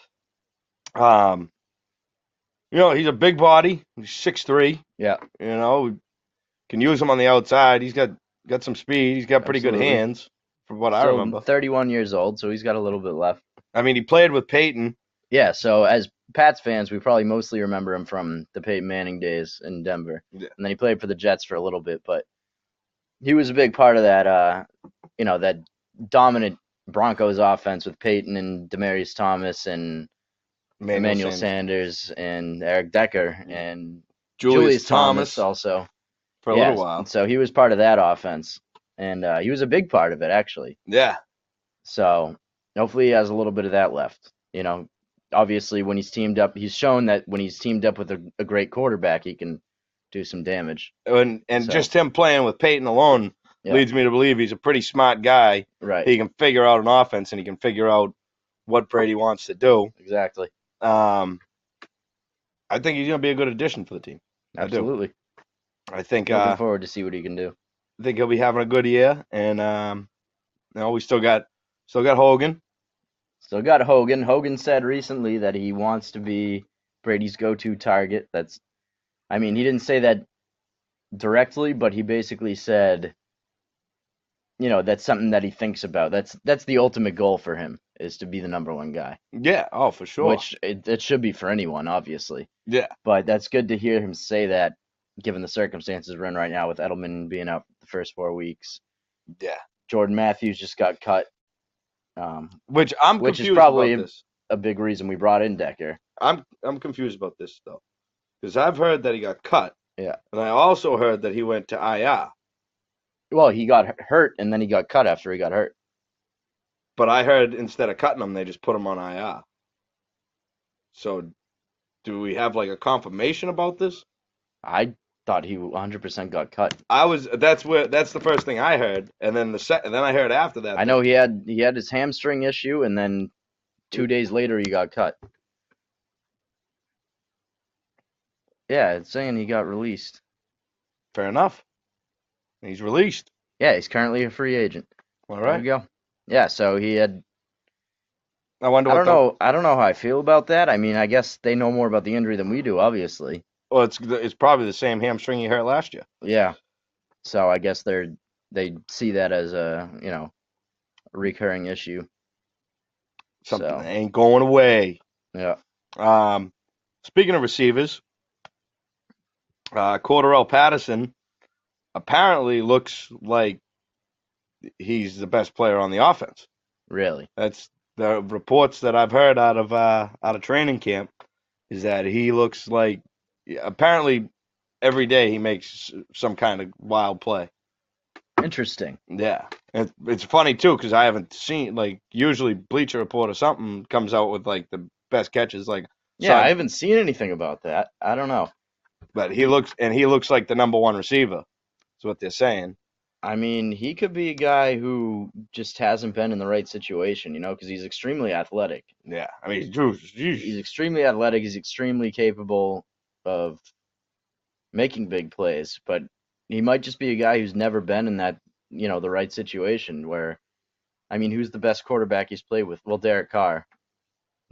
Speaker 2: Um, you know, he's a big body. He's six three.
Speaker 1: Yeah.
Speaker 2: You know, can use him on the outside. He's got got some speed. He's got pretty good
Speaker 1: Absolutely.
Speaker 2: hands, from what I
Speaker 1: So,
Speaker 2: remember.
Speaker 1: 31 years old, so he's got a little bit left.
Speaker 2: I mean, he played with Peyton.
Speaker 1: Yeah, so as Pats fans, we probably mostly remember him from the Peyton Manning days in Denver.
Speaker 2: Yeah.
Speaker 1: And then he played for the Jets for a little bit, but he was a big part of that uh you know, that dominant Broncos offense with Peyton and Demarius Thomas and Emmanuel
Speaker 2: Sanders.
Speaker 1: Sanders. and Eric Decker
Speaker 2: Yeah.
Speaker 1: and
Speaker 2: Julius, Thomas,
Speaker 1: also.
Speaker 2: for a
Speaker 1: Yes,
Speaker 2: little while.
Speaker 1: and So he was part of that offense. And uh, he was a big part of it actually.
Speaker 2: Yeah.
Speaker 1: So hopefully he has a little bit of that left. You know, obviously when he's teamed up, he's shown that when he's teamed up with a, a great quarterback, he can do some damage.
Speaker 2: And and
Speaker 1: So-
Speaker 2: just him playing with Peyton alone
Speaker 1: Yeah.
Speaker 2: leads me to believe he's a pretty smart guy.
Speaker 1: Right.
Speaker 2: he can figure out an offense and he can figure out what Brady wants to do.
Speaker 1: exactly.
Speaker 2: Um, I think he's going to be a good addition for the team. I do.
Speaker 1: Absolutely.
Speaker 2: I think
Speaker 1: Looking
Speaker 2: uh,
Speaker 1: forward to see what he can do.
Speaker 2: I think he'll be having a good year, and um, you know, we still got still got Hogan.
Speaker 1: Still got Hogan. Hogan said recently that he wants to be Brady's go-to target. That's, I mean, he didn't say that directly, but he basically said, you know, that's something that he thinks about. That's that's the ultimate goal for him is to be the number one guy.
Speaker 2: Yeah, oh for sure.
Speaker 1: Which it, it should be for anyone, obviously.
Speaker 2: yeah,
Speaker 1: But that's good to hear him say that, given the circumstances we're in right now with Edelman being out the first four weeks.
Speaker 2: yeah.
Speaker 1: Jordan Matthews just got cut. Um,
Speaker 2: Which I'm
Speaker 1: Which is
Speaker 2: confused
Speaker 1: probably-
Speaker 2: about this.
Speaker 1: a big reason we brought in Decker.
Speaker 2: I'm I'm confused about this though, because I've heard that he got cut.
Speaker 1: Yeah.
Speaker 2: and I also heard that he went to IR,
Speaker 1: Well, he got hu- hurt and then he got cut after he got hurt.
Speaker 2: but I heard instead of cutting him, they just put him on IR. So, do we have like a confirmation about this?
Speaker 1: I thought he 100% got cut.
Speaker 2: I was that's where that's the first thing I heard, and then the sec- and then I heard after that.
Speaker 1: I know he had he had his hamstring issue and then two days later he got cut. Yeah, it's saying he got released.
Speaker 2: Fair enough. He's released.
Speaker 1: Yeah, he's currently a free agent.
Speaker 2: All
Speaker 1: There
Speaker 2: right.
Speaker 1: we go. Yeah, so he had
Speaker 2: I wonder.
Speaker 1: I
Speaker 2: What
Speaker 1: don't
Speaker 2: the-
Speaker 1: know. I don't know how I feel about that. I mean, I guess they know more about the injury than we do, obviously.
Speaker 2: Well, it's it's probably the same hamstring you hurt last year.
Speaker 1: Yeah. So I guess they're they see that as a you know recurring issue.
Speaker 2: Something
Speaker 1: So.
Speaker 2: that ain't going away.
Speaker 1: Yeah.
Speaker 2: Um, speaking of receivers, uh, Cordarrelle Patterson apparently looks like he's the best player on the offense.
Speaker 1: Really.
Speaker 2: That's the reports that I've heard out of uh, out of training camp is that he looks like yeah, apparently every day he makes s- some kind of wild play.
Speaker 1: Interesting.
Speaker 2: Yeah. It, it's funny too because I haven't seen like usually Bleacher Report or something comes out with like the best catches like
Speaker 1: Yeah,
Speaker 2: So-
Speaker 1: I haven't seen anything about that. I don't know.
Speaker 2: but he looks and he looks like the number one receiver. That's what they're saying.
Speaker 1: I mean, he could be a guy who just hasn't been in the right situation, you know, because he's extremely athletic.
Speaker 2: Yeah, I mean, dude,
Speaker 1: He's
Speaker 2: sheesh.
Speaker 1: extremely athletic. He's extremely capable of making big plays, but he might just be a guy who's never been in that, you know, the right situation where, I mean, who's the best quarterback he's played with? Well, Derek Carr,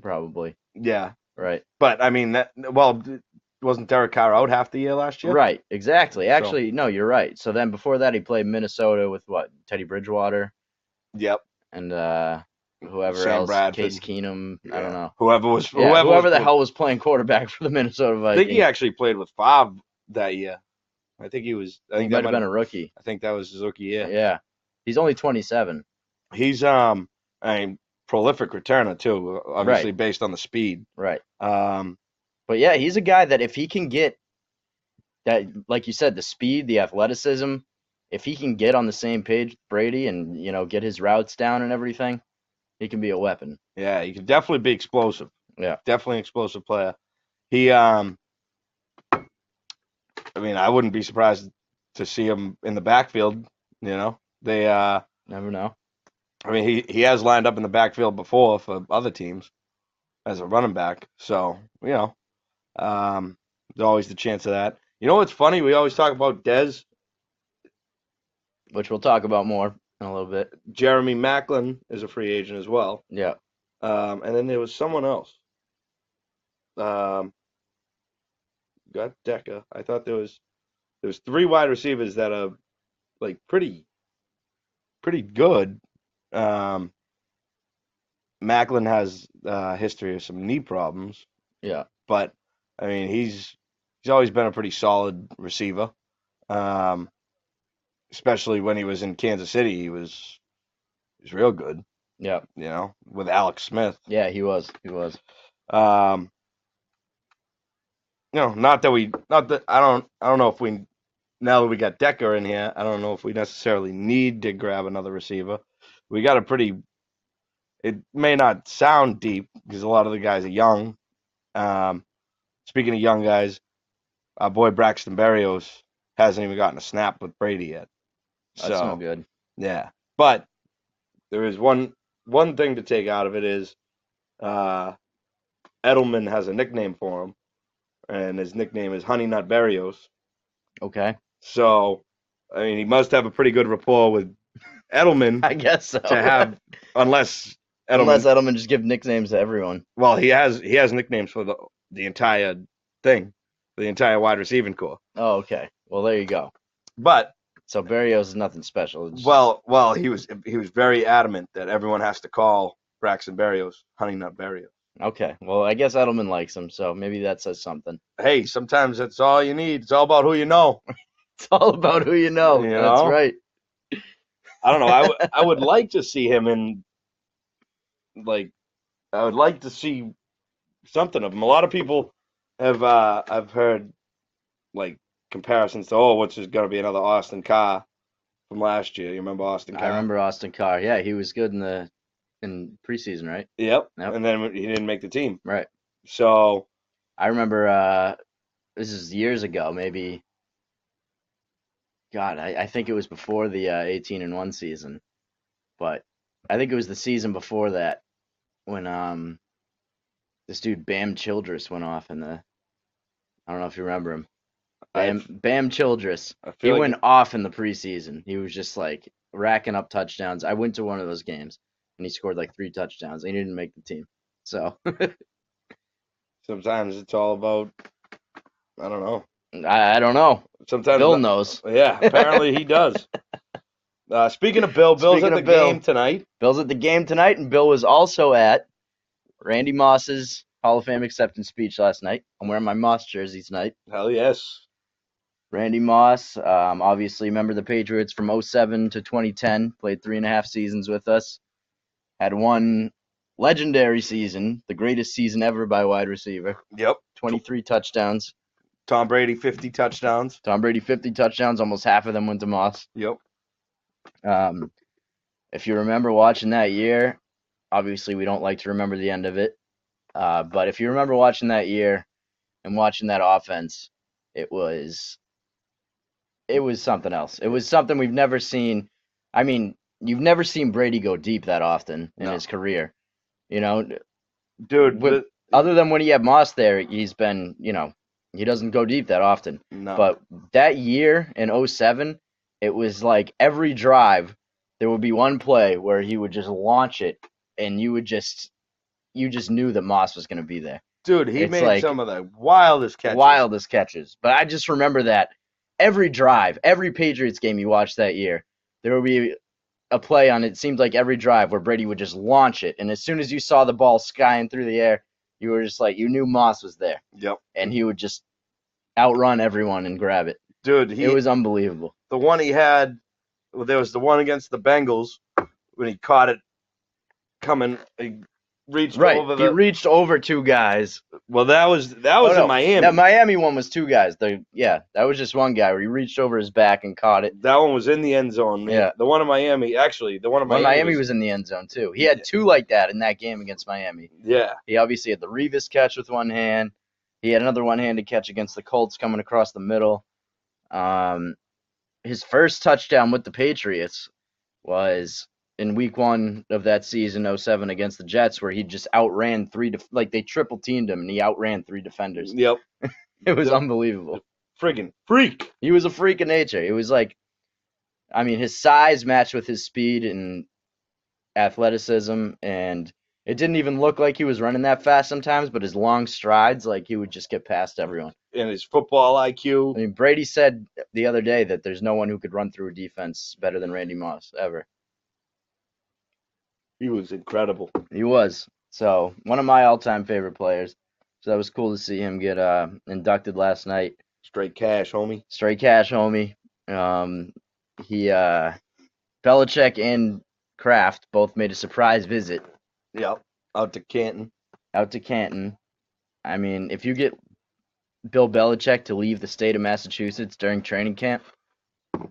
Speaker 1: probably,
Speaker 2: yeah.
Speaker 1: right?
Speaker 2: But I mean, that well, d- wasn't Derek Carr out half the year last year?
Speaker 1: Right, exactly.
Speaker 2: So-
Speaker 1: Actually, no, you're right. So then before that, he played Minnesota with what? Teddy Bridgewater
Speaker 2: Yep.
Speaker 1: and uh, whoever
Speaker 2: Sam
Speaker 1: else,
Speaker 2: Bradford.
Speaker 1: Case Keenum. I
Speaker 2: Yeah.
Speaker 1: don't know.
Speaker 2: Whoever was
Speaker 1: Yeah,
Speaker 2: whoever,
Speaker 1: whoever,
Speaker 2: was,
Speaker 1: the hell was playing quarterback for the Minnesota
Speaker 2: I
Speaker 1: Vikings.
Speaker 2: think he actually played with Favre that year. I think he was. I
Speaker 1: he
Speaker 2: think that
Speaker 1: might have been a rookie.
Speaker 2: I think that was his rookie
Speaker 1: Yeah.
Speaker 2: year.
Speaker 1: He's only 27.
Speaker 2: He's um, a prolific returner too. Obviously, based on the speed.
Speaker 1: Right.
Speaker 2: Um,
Speaker 1: But yeah, he's a guy that if he can get that, like you said, the speed, the athleticism, if he can get on the same page with Brady and, you know, get his routes down and everything, he can be a weapon.
Speaker 2: yeah, he could definitely be explosive.
Speaker 1: Yeah.
Speaker 2: definitely an explosive player. He um, I mean, I wouldn't be surprised to see him in the backfield. You know, they uh,
Speaker 1: Never know.
Speaker 2: I mean, he he has lined up in the backfield before for other teams as a running back. So, you know, um, there's always the chance of that. You know what's funny? We always talk about Dez,
Speaker 1: Which we'll talk about more in a little bit.
Speaker 2: Jeremy Macklin is a free agent as well.
Speaker 1: Yeah.
Speaker 2: Um, and then there was someone else. Um, got Decker. I thought there was there was three wide receivers that are like pretty pretty good. Um, Macklin has uh, history of some knee problems.
Speaker 1: Yeah.
Speaker 2: but I mean he's he's always been a pretty solid receiver. Um, especially when he was in Kansas City, he was he was real good,
Speaker 1: Yeah.
Speaker 2: you know, with Alex Smith.
Speaker 1: Yeah, he was. He was.
Speaker 2: Um, you know, not that we not that I don't I don't know if we now that we got Decker in here, I don't know if we necessarily need to grab another receiver. We got a pretty it may not sound deep because a lot of the guys are young. Um, speaking of young guys, our boy Braxton Berrios hasn't even gotten a snap with Brady yet.
Speaker 1: That's
Speaker 2: so
Speaker 1: no good.
Speaker 2: yeah, but there is one one thing to take out of it is uh, Edelman has a nickname for him, and his nickname is Honey Nut Berrios.
Speaker 1: Okay.
Speaker 2: So, I mean, he must have a pretty good rapport with Edelman
Speaker 1: I guess so.
Speaker 2: to have, unless Edelman.
Speaker 1: Unless uh, Edelman just give nicknames to everyone.
Speaker 2: well, he has he has nicknames for the the entire thing, the entire wide receiving core.
Speaker 1: Oh, okay. Well, there you go.
Speaker 2: But
Speaker 1: So Barrios is nothing special. It's just-
Speaker 2: Well, well, he was he was very adamant that everyone has to call Braxton Berrios Honey Nut Berrios.
Speaker 1: okay. Well, I guess Edelman likes him, so maybe that says something.
Speaker 2: Hey, sometimes that's all you need. It's all about who you know.
Speaker 1: It's all about who you know.
Speaker 2: You
Speaker 1: That's
Speaker 2: know?
Speaker 1: right.
Speaker 2: I don't know. I would I would like to see him in like I would like to see something of him. A lot of people have uh I've heard like comparisons to oh, what's going to be another Austin Carr from last year. You remember Austin
Speaker 1: I
Speaker 2: Carr?
Speaker 1: remember Austin Carr. Yeah, he was good in the in preseason, right?
Speaker 2: Yep.
Speaker 1: Yep.
Speaker 2: And then he didn't make the team.
Speaker 1: Right.
Speaker 2: So
Speaker 1: I remember uh this is years ago, maybe God, I, I think it was before the uh, 18 and 1 season. But I think it was the season before that when um this dude Bam Childress went off in the I don't know if you remember him. Bam
Speaker 2: I've-
Speaker 1: Bam Childress.
Speaker 2: I
Speaker 1: He
Speaker 2: feel like
Speaker 1: went off in the preseason. He was just like racking up touchdowns. I went to one of those games and he scored like three touchdowns. and He didn't make the team. So
Speaker 2: Sometimes it's all about I don't know.
Speaker 1: I, I don't know.
Speaker 2: Sometimes
Speaker 1: Bill knows.
Speaker 2: yeah, apparently he does. Uh, speaking of Bill, Bill's
Speaker 1: Speaking
Speaker 2: at
Speaker 1: of
Speaker 2: the
Speaker 1: Bill.
Speaker 2: game tonight.
Speaker 1: Bill's at the game tonight, and Bill was also at Randy Moss's Hall of Fame acceptance speech last night. I'm wearing my Moss jersey tonight.
Speaker 2: Hell yes.
Speaker 1: Randy Moss, um, obviously, remember the Patriots from 07 to 2010, played three and a half seasons with us, had one legendary season, the greatest season ever by a wide receiver,
Speaker 2: Yep.
Speaker 1: 23 touchdowns.
Speaker 2: Tom Brady, 50 touchdowns.
Speaker 1: Tom Brady, 50 touchdowns, almost half of them went to Moss.
Speaker 2: Yep.
Speaker 1: Um, if you remember watching that year, obviously we don't like to remember the end of it. Uh, but if you remember watching that year and watching that offense, it was it was something else. It was something we've never seen. I mean, you've never seen Brady go deep that often in
Speaker 2: No.
Speaker 1: his career. You know,
Speaker 2: Dude,
Speaker 1: With- other than when he had Moss there, he's been, you know, he doesn't go deep that often.
Speaker 2: but- no.
Speaker 1: Uh, But that year in 07, it was like every drive, there would be one play where he would just launch it and you would just, you just knew that Moss was going to be there.
Speaker 2: Dude, he
Speaker 1: it's
Speaker 2: made
Speaker 1: like-
Speaker 2: some of the wildest catches.
Speaker 1: Wildest catches. But I just remember that every drive, every Patriots game you watched that year, there would be a play on it seemed like every drive where Brady would just launch it. And as soon as you saw the ball skying through the air, you were just like, you knew Moss was there.
Speaker 2: Yep.
Speaker 1: And he would just outrun everyone and grab it.
Speaker 2: Dude, he
Speaker 1: it was unbelievable.
Speaker 2: the one he had well, there was the one against the Bengals when he caught it coming he reached
Speaker 1: Right.
Speaker 2: over
Speaker 1: He
Speaker 2: the
Speaker 1: reached over two guys.
Speaker 2: Well that was that
Speaker 1: Oh,
Speaker 2: was
Speaker 1: no.
Speaker 2: in Miami.
Speaker 1: That Miami one was two guys. The yeah, that was just one guy where he reached over his back and caught it.
Speaker 2: That one was in the end zone. man.
Speaker 1: Yeah.
Speaker 2: The one in Miami, actually, the one in
Speaker 1: Miami,
Speaker 2: Miami,
Speaker 1: Miami was, in the end zone too. He had two like that in that game against Miami.
Speaker 2: yeah,
Speaker 1: He obviously had the Revis catch with one hand. He had another one-handed catch against the Colts coming across the middle. Um, his first touchdown with the Patriots was in Week One of that season, 07, against the Jets, where he just outran three. Def- like they triple teamed him, and he outran three defenders.
Speaker 2: yep,
Speaker 1: It was
Speaker 2: Yep.
Speaker 1: unbelievable.
Speaker 2: friggin' freak.
Speaker 1: He was a freak of nature. It was like, I mean, his size matched with his speed and athleticism, and it didn't even look like he was running that fast sometimes. But his long strides, like he would just get past everyone.
Speaker 2: And his football
Speaker 1: I
Speaker 2: IQ.
Speaker 1: mean, Brady said the other day that there's no one who could run through a defense better than Randy Moss ever.
Speaker 2: He was incredible.
Speaker 1: He was so one of my all-time favorite players. So that was cool to see him get uh, inducted last night.
Speaker 2: Straight cash, homie.
Speaker 1: Straight cash, homie. Um, he, uh, Belichick and Kraft both made a surprise visit
Speaker 2: Yep. Out to Canton.
Speaker 1: out to Canton. I mean, if you get Bill Belichick to leave the state of Massachusetts during training camp,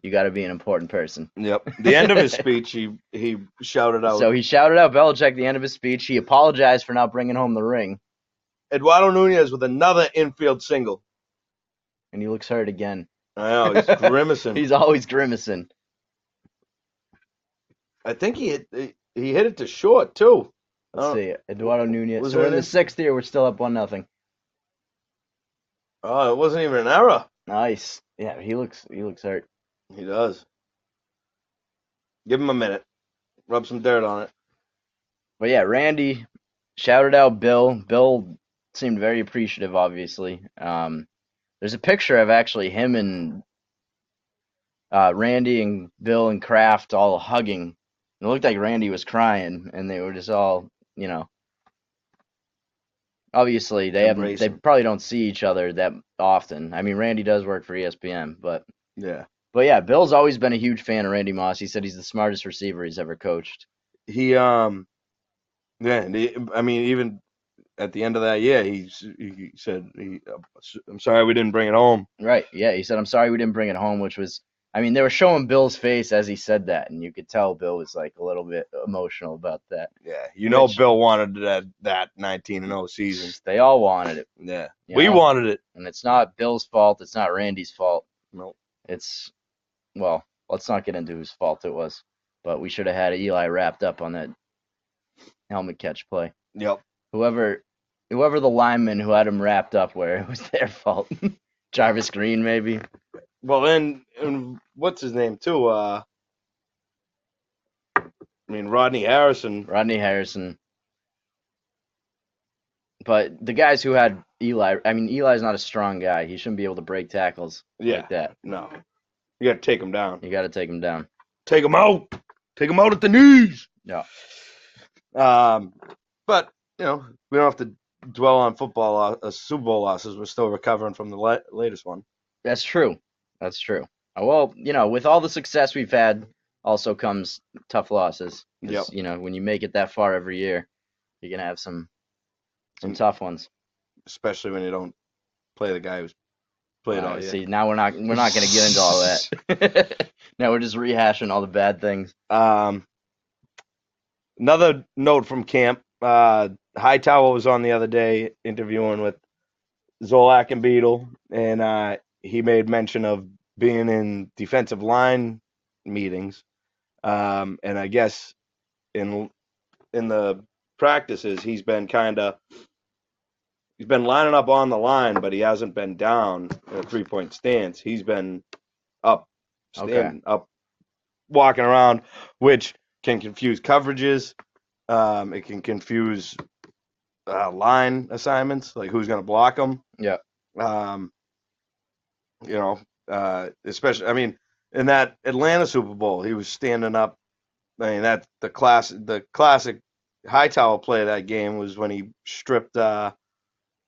Speaker 1: you got to be an important person.
Speaker 2: Yep. The end of his speech, he he shouted out.
Speaker 1: So he shouted out Belichick at the end of his speech. He apologized for not bringing home the ring,
Speaker 2: Eduardo Nunez with another infield single.
Speaker 1: and he looks hurt again.
Speaker 2: I know he's grimacing.
Speaker 1: He's always grimacing.
Speaker 2: I think he hit he- he hit it to short too. Oh, I
Speaker 1: Let's
Speaker 2: don't-
Speaker 1: see. Eduardo Nunez.
Speaker 2: was
Speaker 1: So we're in
Speaker 2: there
Speaker 1: the
Speaker 2: an-
Speaker 1: sixth year. We're still up one nothing.
Speaker 2: Oh, it wasn't even an error.
Speaker 1: Nice. Yeah, he looks he looks hurt.
Speaker 2: He does. Give him a minute. Rub some dirt on it.
Speaker 1: But yeah, Randy shouted out Bill. Bill seemed very appreciative, obviously. Um, there's a picture of actually him and uh, Randy and Bill and Kraft all hugging. It looked like Randy was crying, and they were just all, you know. Obviously, they haven't. They
Speaker 2: Embracing.
Speaker 1: probably don't see each other that often. I mean, Randy does work for E ESPN, but
Speaker 2: Yeah.
Speaker 1: but yeah, Bill's always been a huge fan of Randy Moss. He said he's the smartest receiver he's ever coached.
Speaker 2: he um yeah and he- i mean even at the end of that year he, s- he said he, i'm sorry we didn't bring it home
Speaker 1: Right. Yeah. He said, I'm sorry we didn't bring it home, which was, I mean, they were showing Bill's face as he said that. And you could tell Bill was like a little bit emotional about that.
Speaker 2: yeah you know
Speaker 1: Which-
Speaker 2: bill wanted that that 19 and 0 season
Speaker 1: They all wanted it.
Speaker 2: yeah
Speaker 1: you
Speaker 2: we
Speaker 1: know?
Speaker 2: wanted it
Speaker 1: And it's not Bill's fault. It's not Randy's fault.
Speaker 2: no
Speaker 1: It's, well, let's not get into whose fault it was. But we should have had Eli wrapped up on that helmet catch play.
Speaker 2: yep
Speaker 1: Whoever, whoever the lineman who had him wrapped up where it was their fault. Jarvis Green, maybe.
Speaker 2: well and and what's his name too uh i mean rodney harrison
Speaker 1: Rodney Harrison. But the guys who had Eli, I mean, Eli's not a strong guy. He shouldn't be able to break tackles
Speaker 2: yeah
Speaker 1: like that.
Speaker 2: no you gotta take him down
Speaker 1: You got to take him down.
Speaker 2: take him out take him out at the knees
Speaker 1: Yeah.
Speaker 2: Um, but you know, we don't have to dwell on football lo- uh, Super Bowl losses. We're still recovering from the la- latest one.
Speaker 1: That's true. That's true. Uh, Well, you know, with all the success we've had, also comes tough losses. 'Cause,
Speaker 2: Yep.
Speaker 1: You know, when you make it that far every year, you're gonna have some some
Speaker 2: Mm.
Speaker 1: tough ones.
Speaker 2: Especially when you don't play the guy who's played
Speaker 1: Uh,
Speaker 2: all year.
Speaker 1: see, now we're not we're not gonna get into all that. now we're just rehashing all the bad things.
Speaker 2: Um, another note from camp. Uh, Hightower was on the other day interviewing with Zolak and Beadle, and uh, he made mention of being in defensive line meetings, um, and I guess in in the practices he's been kind of he's been lining up on the line, but he hasn't been down in a three point stance. He's been up,
Speaker 1: Okay.
Speaker 2: standing up, walking around, which can confuse coverages. Um, it can confuse uh, line assignments, like who's going to block them.
Speaker 1: Yeah.
Speaker 2: Um, you know, uh, especially, I mean, in that Atlanta Super Bowl, he was standing up. I mean, that the class, the classic Hightower play of that game was when he stripped uh,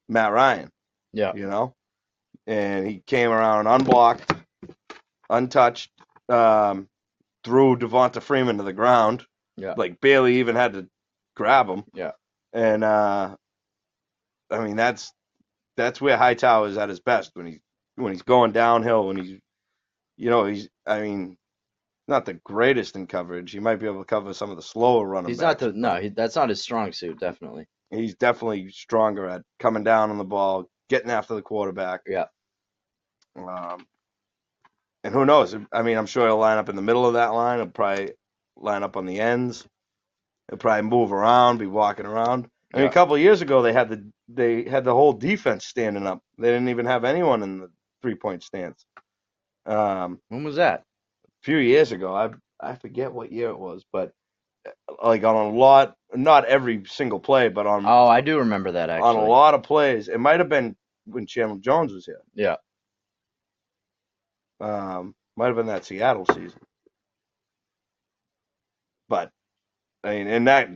Speaker 2: Matt Ryan
Speaker 1: Yeah.
Speaker 2: you know, and he came around unblocked, untouched, um, threw Devonta Freeman to the ground.
Speaker 1: Yeah.
Speaker 2: like barely even had to grab him.
Speaker 1: Yeah.
Speaker 2: and uh, I mean that's that's where Hightower is at his best when he's when he's going downhill when he's you know he's I mean not the greatest in coverage. He might be able to cover some of the slower running.
Speaker 1: He's
Speaker 2: backs,
Speaker 1: not the no. He, that's not his strong suit. Definitely.
Speaker 2: he's definitely stronger at coming down on the ball, getting after the quarterback.
Speaker 1: Yeah.
Speaker 2: Um, and who knows? I mean, I'm sure he'll line up in the middle of that line. He'll probably line up on the ends. He'll probably move around, be walking around. I mean,
Speaker 1: Yeah.
Speaker 2: a couple of years ago, they had the they had the whole defense standing up. They didn't even have anyone in the three point stance. Um,
Speaker 1: When was that?
Speaker 2: few years ago. I I forget what year it was, but uh, like on a lot, not every single play, but on
Speaker 1: Oh, I do remember that actually.
Speaker 2: on a lot of plays. It might have been when Chandler Jones was here.
Speaker 1: Yeah.
Speaker 2: Um, might have been that Seattle season. But I mean, and that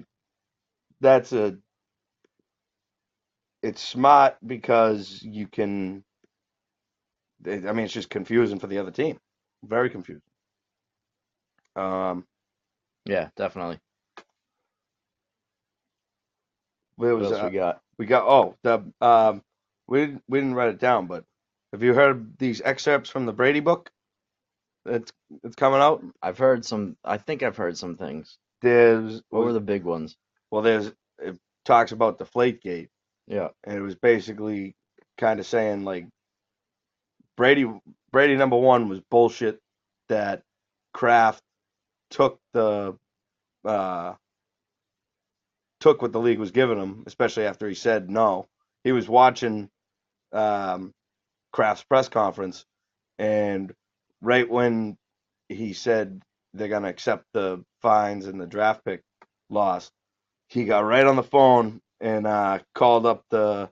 Speaker 2: that's a it's smart because you can. it- I mean, it's just confusing for the other team. Very confusing. Um,
Speaker 1: Yeah, definitely.
Speaker 2: where
Speaker 1: What
Speaker 2: was
Speaker 1: else
Speaker 2: that?
Speaker 1: we got?
Speaker 2: We got oh the um we didn't- we didn't write it down, but have you heard these excerpts from the Brady book? That's it's coming out.
Speaker 1: I've heard some. I think I've heard some things.
Speaker 2: There's
Speaker 1: What were the big ones?
Speaker 2: well, there's it talks about the Deflategate,
Speaker 1: Yeah.
Speaker 2: and it was basically kind of saying like Brady Brady number one was bullshit that Kraft took the uh took what the league was giving him, especially after he said no. He was watching um Kraft's press conference and right when he said they're gonna accept the fines and the draft pick loss, he got right on the phone and uh called up the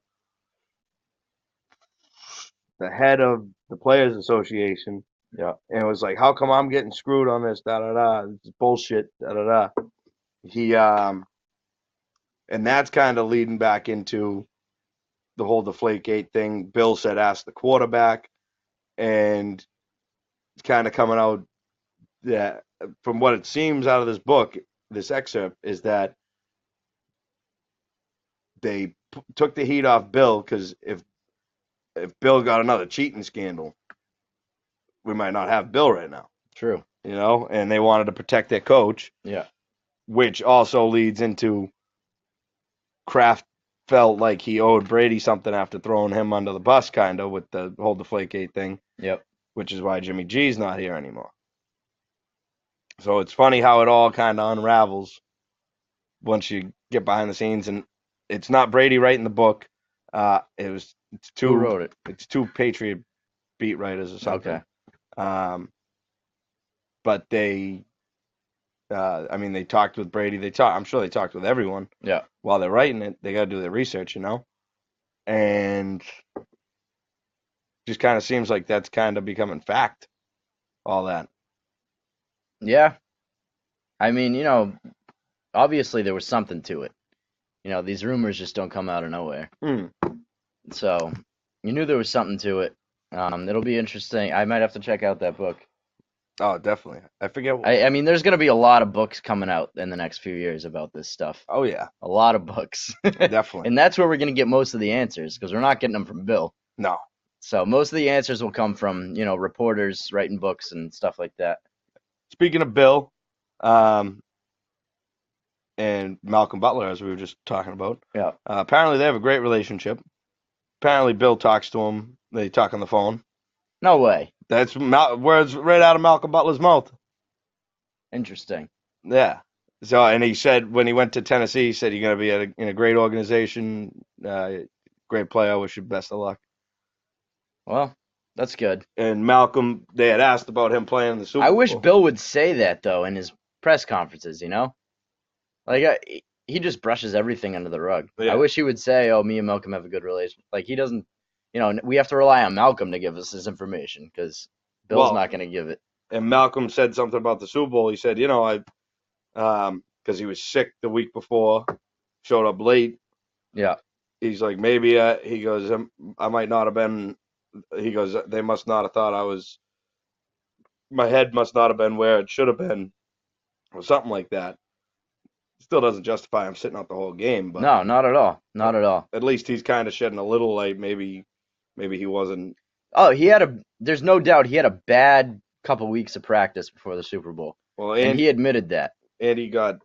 Speaker 2: the head of the players association
Speaker 1: Yeah.
Speaker 2: and was like how come i'm getting screwed on this da da da this is bullshit da da da he um and that's kind of leading back into the whole deflategate thing bill said ask the quarterback and it's kind of coming out that from what it seems out of this book this excerpt is that they p- took the heat off bill because if if Bill got another cheating scandal, we might not have Bill right now,
Speaker 1: True.
Speaker 2: you know? And they wanted to protect their coach,
Speaker 1: Yeah.
Speaker 2: which also leads into Kraft felt like he owed Brady something after throwing him under the bus, kind of, with the whole Deflategate thing,
Speaker 1: Yep.
Speaker 2: which is why Jimmy G's not here anymore. So it's funny how it all kind of unravels once you get behind the scenes. And it's not Brady writing the book. Uh, it was it's two
Speaker 1: Who wrote it?
Speaker 2: it's two Patriot beat writers or something.
Speaker 1: Okay.
Speaker 2: Um, but they, uh, I mean, they talked with Brady. They talk. I'm sure they talked with everyone.
Speaker 1: Yeah.
Speaker 2: While they're writing it, they got to do their research, you know. And just kind of seems like that's kind of becoming fact. All that.
Speaker 1: Yeah. I mean, you know, obviously there was something to it. You know, these rumors just don't come out of nowhere.
Speaker 2: Mm.
Speaker 1: So you knew there was something to it. Um, it'll be interesting. I might have to check out that book.
Speaker 2: Oh, definitely. I forget. What,
Speaker 1: I, I mean, there's going to be a lot of books coming out in the next few years about this stuff.
Speaker 2: oh yeah,
Speaker 1: A lot of books.
Speaker 2: definitely.
Speaker 1: And that's where we're going to get most of the answers because we're not getting them from Bill.
Speaker 2: No,
Speaker 1: So most of the answers will come from, you know, reporters writing books and stuff like that.
Speaker 2: Speaking of Bill, um, and Malcolm Butler, as we were just talking about,
Speaker 1: Yeah.
Speaker 2: uh, apparently they have a great relationship. Apparently Bill talks to him. They talk on the phone.
Speaker 1: No way.
Speaker 2: That's Mal- words right out of Malcolm Butler's mouth.
Speaker 1: Interesting.
Speaker 2: Yeah. So, and he said when he went to Tennessee, he said you're going to be at a, in a great organization, uh, great player. Wish you best of luck.
Speaker 1: Well, that's good.
Speaker 2: And Malcolm, they had asked about him playing in the Super
Speaker 1: I wish
Speaker 2: Bowl.
Speaker 1: Bill would say that though in his press conferences. You know, like I, he just brushes everything under the rug.
Speaker 2: Yeah.
Speaker 1: I wish he would say, "Oh, me and Malcolm have a good relation." Like he doesn't. You know, we have to rely on Malcolm to give us this information because Bill's
Speaker 2: Well-
Speaker 1: not going to give it.
Speaker 2: and Malcolm said something about the Super Bowl. He said, you know, I, um, because he was sick the week before, showed up late.
Speaker 1: Yeah.
Speaker 2: He's like, maybe uh, he goes, um, I might not have been. He goes, they must not have thought I was. My head must not have been where it should have been, or something like that. Still doesn't justify him sitting out the whole game, but
Speaker 1: No, not at all. Not at all.
Speaker 2: at least he's kind of shedding a little light. Maybe, maybe he wasn't.
Speaker 1: Oh, he had a. There's no doubt he had a bad couple weeks of practice before the Super Bowl,
Speaker 2: Well,
Speaker 1: and,
Speaker 2: and
Speaker 1: he admitted that.
Speaker 2: and he got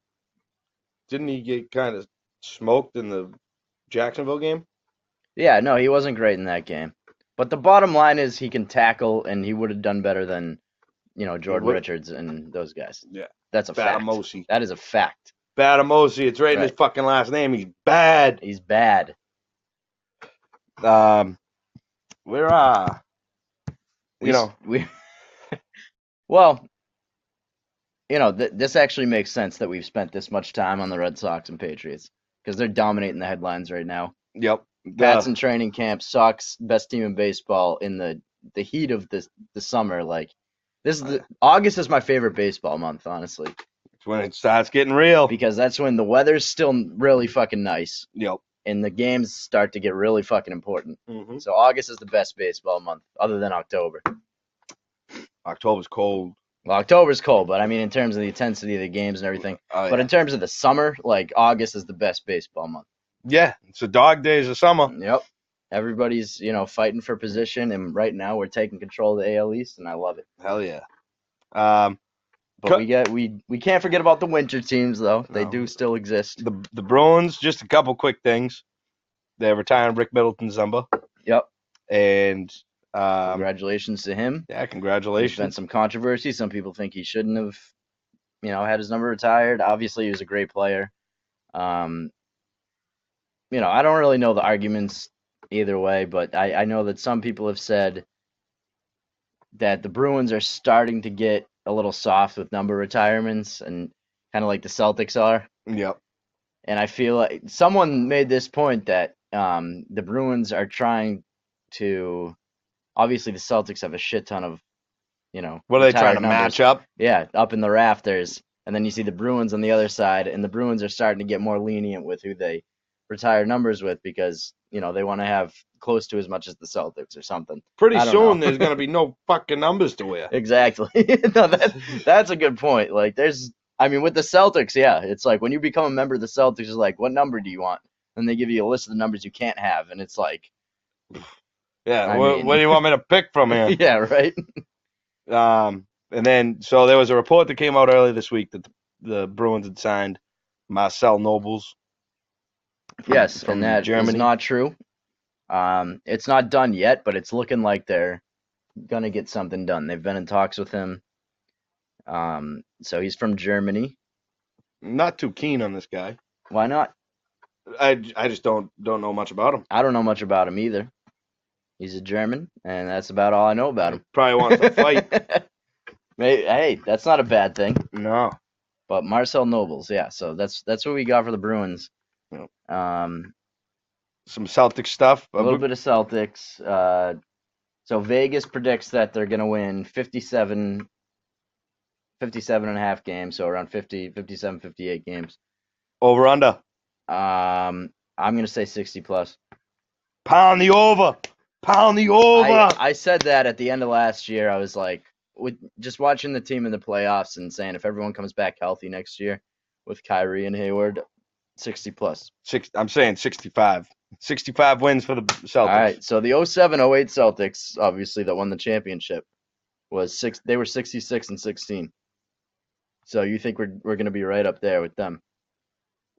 Speaker 2: didn't he get kind of smoked in the Jacksonville game?
Speaker 1: Yeah, no, he wasn't great in that game. But the bottom line is he can tackle, and he would have done better than, you know, Jordan
Speaker 2: would-
Speaker 1: Richards and those guys.
Speaker 2: Yeah.
Speaker 1: that's a fact.
Speaker 2: Batamosi.
Speaker 1: That is a fact.
Speaker 2: Batamosi, it's right in his
Speaker 1: Right.
Speaker 2: fucking last name. He's bad.
Speaker 1: He's bad.
Speaker 2: Um we're uh
Speaker 1: We, s-
Speaker 2: you know
Speaker 1: we. well, you know, th- this actually makes sense that we've spent this much time on the Red Sox and Patriots because they're dominating the headlines right now.
Speaker 2: Yep.
Speaker 1: Pats
Speaker 2: The-
Speaker 1: in training camp, Sox best team in baseball in the the heat of the the summer. Like this is the, August is my favorite baseball month, honestly,
Speaker 2: it's when it starts getting real.
Speaker 1: because that's when the weather's still really fucking nice
Speaker 2: Yep.
Speaker 1: and the games start to get really fucking important.
Speaker 2: hmm
Speaker 1: So August is the best baseball month, other than October.
Speaker 2: October's cold.
Speaker 1: Well, October's cold, but I mean in terms of the intensity of the games and everything.
Speaker 2: Oh,
Speaker 1: But
Speaker 2: yeah.
Speaker 1: in terms of the summer, like August is the best baseball month.
Speaker 2: yeah, it's the dog days of summer.
Speaker 1: Yep. Everybody's, you know, fighting for position and right now we're taking control of the AL East and I love it.
Speaker 2: Hell yeah. Um
Speaker 1: But
Speaker 2: Co-
Speaker 1: we get we we can't forget about the winter teams though. They
Speaker 2: No.
Speaker 1: do still exist.
Speaker 2: the the Bruins, just a couple quick things. They're retiring Rick Middleton's number.
Speaker 1: Yep.
Speaker 2: And um
Speaker 1: Congratulations to him.
Speaker 2: yeah,
Speaker 1: There's been
Speaker 2: congratulations.
Speaker 1: some controversy. Some people think he shouldn't have, you know, had his number retired. Obviously, he was a great player. Um, you know, I don't really know the arguments either way, but I, I know that some people have said that the Bruins are starting to get a little soft with number retirements and kind of like the Celtics are.
Speaker 2: Yep.
Speaker 1: And I feel like someone made this point that um, the Bruins are trying to. Obviously, the Celtics have a shit ton of, you know,
Speaker 2: What are they
Speaker 1: retired
Speaker 2: trying to
Speaker 1: numbers.
Speaker 2: match up?
Speaker 1: Yeah, up in the rafters. And then you see the Bruins on the other side, and the Bruins are starting to get more lenient with who they retire numbers with because, you know, they want to have close to as much as the Celtics or something.
Speaker 2: Pretty
Speaker 1: I don't
Speaker 2: soon
Speaker 1: know.
Speaker 2: there's gonna be no fucking numbers to wear.
Speaker 1: Exactly. No, that that's a good point. Like there's I mean with the Celtics, yeah, it's like when you become a member of the Celtics, it's like, what number do you want? And they give you a list of the numbers you can't have, and it's like
Speaker 2: Yeah,
Speaker 1: I
Speaker 2: what,
Speaker 1: mean-
Speaker 2: what do you want me to pick from here?
Speaker 1: Yeah, right?
Speaker 2: Um, and then so there was a report that came out earlier this week that the, the Bruins had signed Marcel Nobles.
Speaker 1: Yes,
Speaker 2: from
Speaker 1: and that is
Speaker 2: Germany.
Speaker 1: not true. Um, it's not done yet, but it's looking like they're gonna get something done. They've been in talks with him. Um, so he's from Germany.
Speaker 2: Not too keen on this guy.
Speaker 1: Why not?
Speaker 2: I, j- I just don't don't know much about him.
Speaker 1: I don't know much about him either. He's a German, and that's about all I know about him.
Speaker 2: Probably wants to fight.
Speaker 1: May- hey, that's not a bad thing.
Speaker 2: No,
Speaker 1: But Marcel Nobles, yeah. So that's that's what we got for the Bruins.
Speaker 2: Yep.
Speaker 1: Um,
Speaker 2: some Celtic stuff.
Speaker 1: a little bit of Celtics. Uh, so Vegas predicts that they're going to win 57, 57 and a half games, so around 50, 57, 58 games.
Speaker 2: Over under.
Speaker 1: Um, I'm going to say 60 plus.
Speaker 2: Pound the over. Pound the over.
Speaker 1: I, I said that at the end of last year. I was like, with just watching the team in the playoffs and saying if everyone comes back healthy next year with Kyrie and Hayward, 60 plus.
Speaker 2: Six. I'm saying 65. 65 wins for the Celtics.
Speaker 1: All right, so the 07 08 Celtics, obviously, that won the championship, was six. They were 66 and 16. So you think we're we're gonna be right up there with them?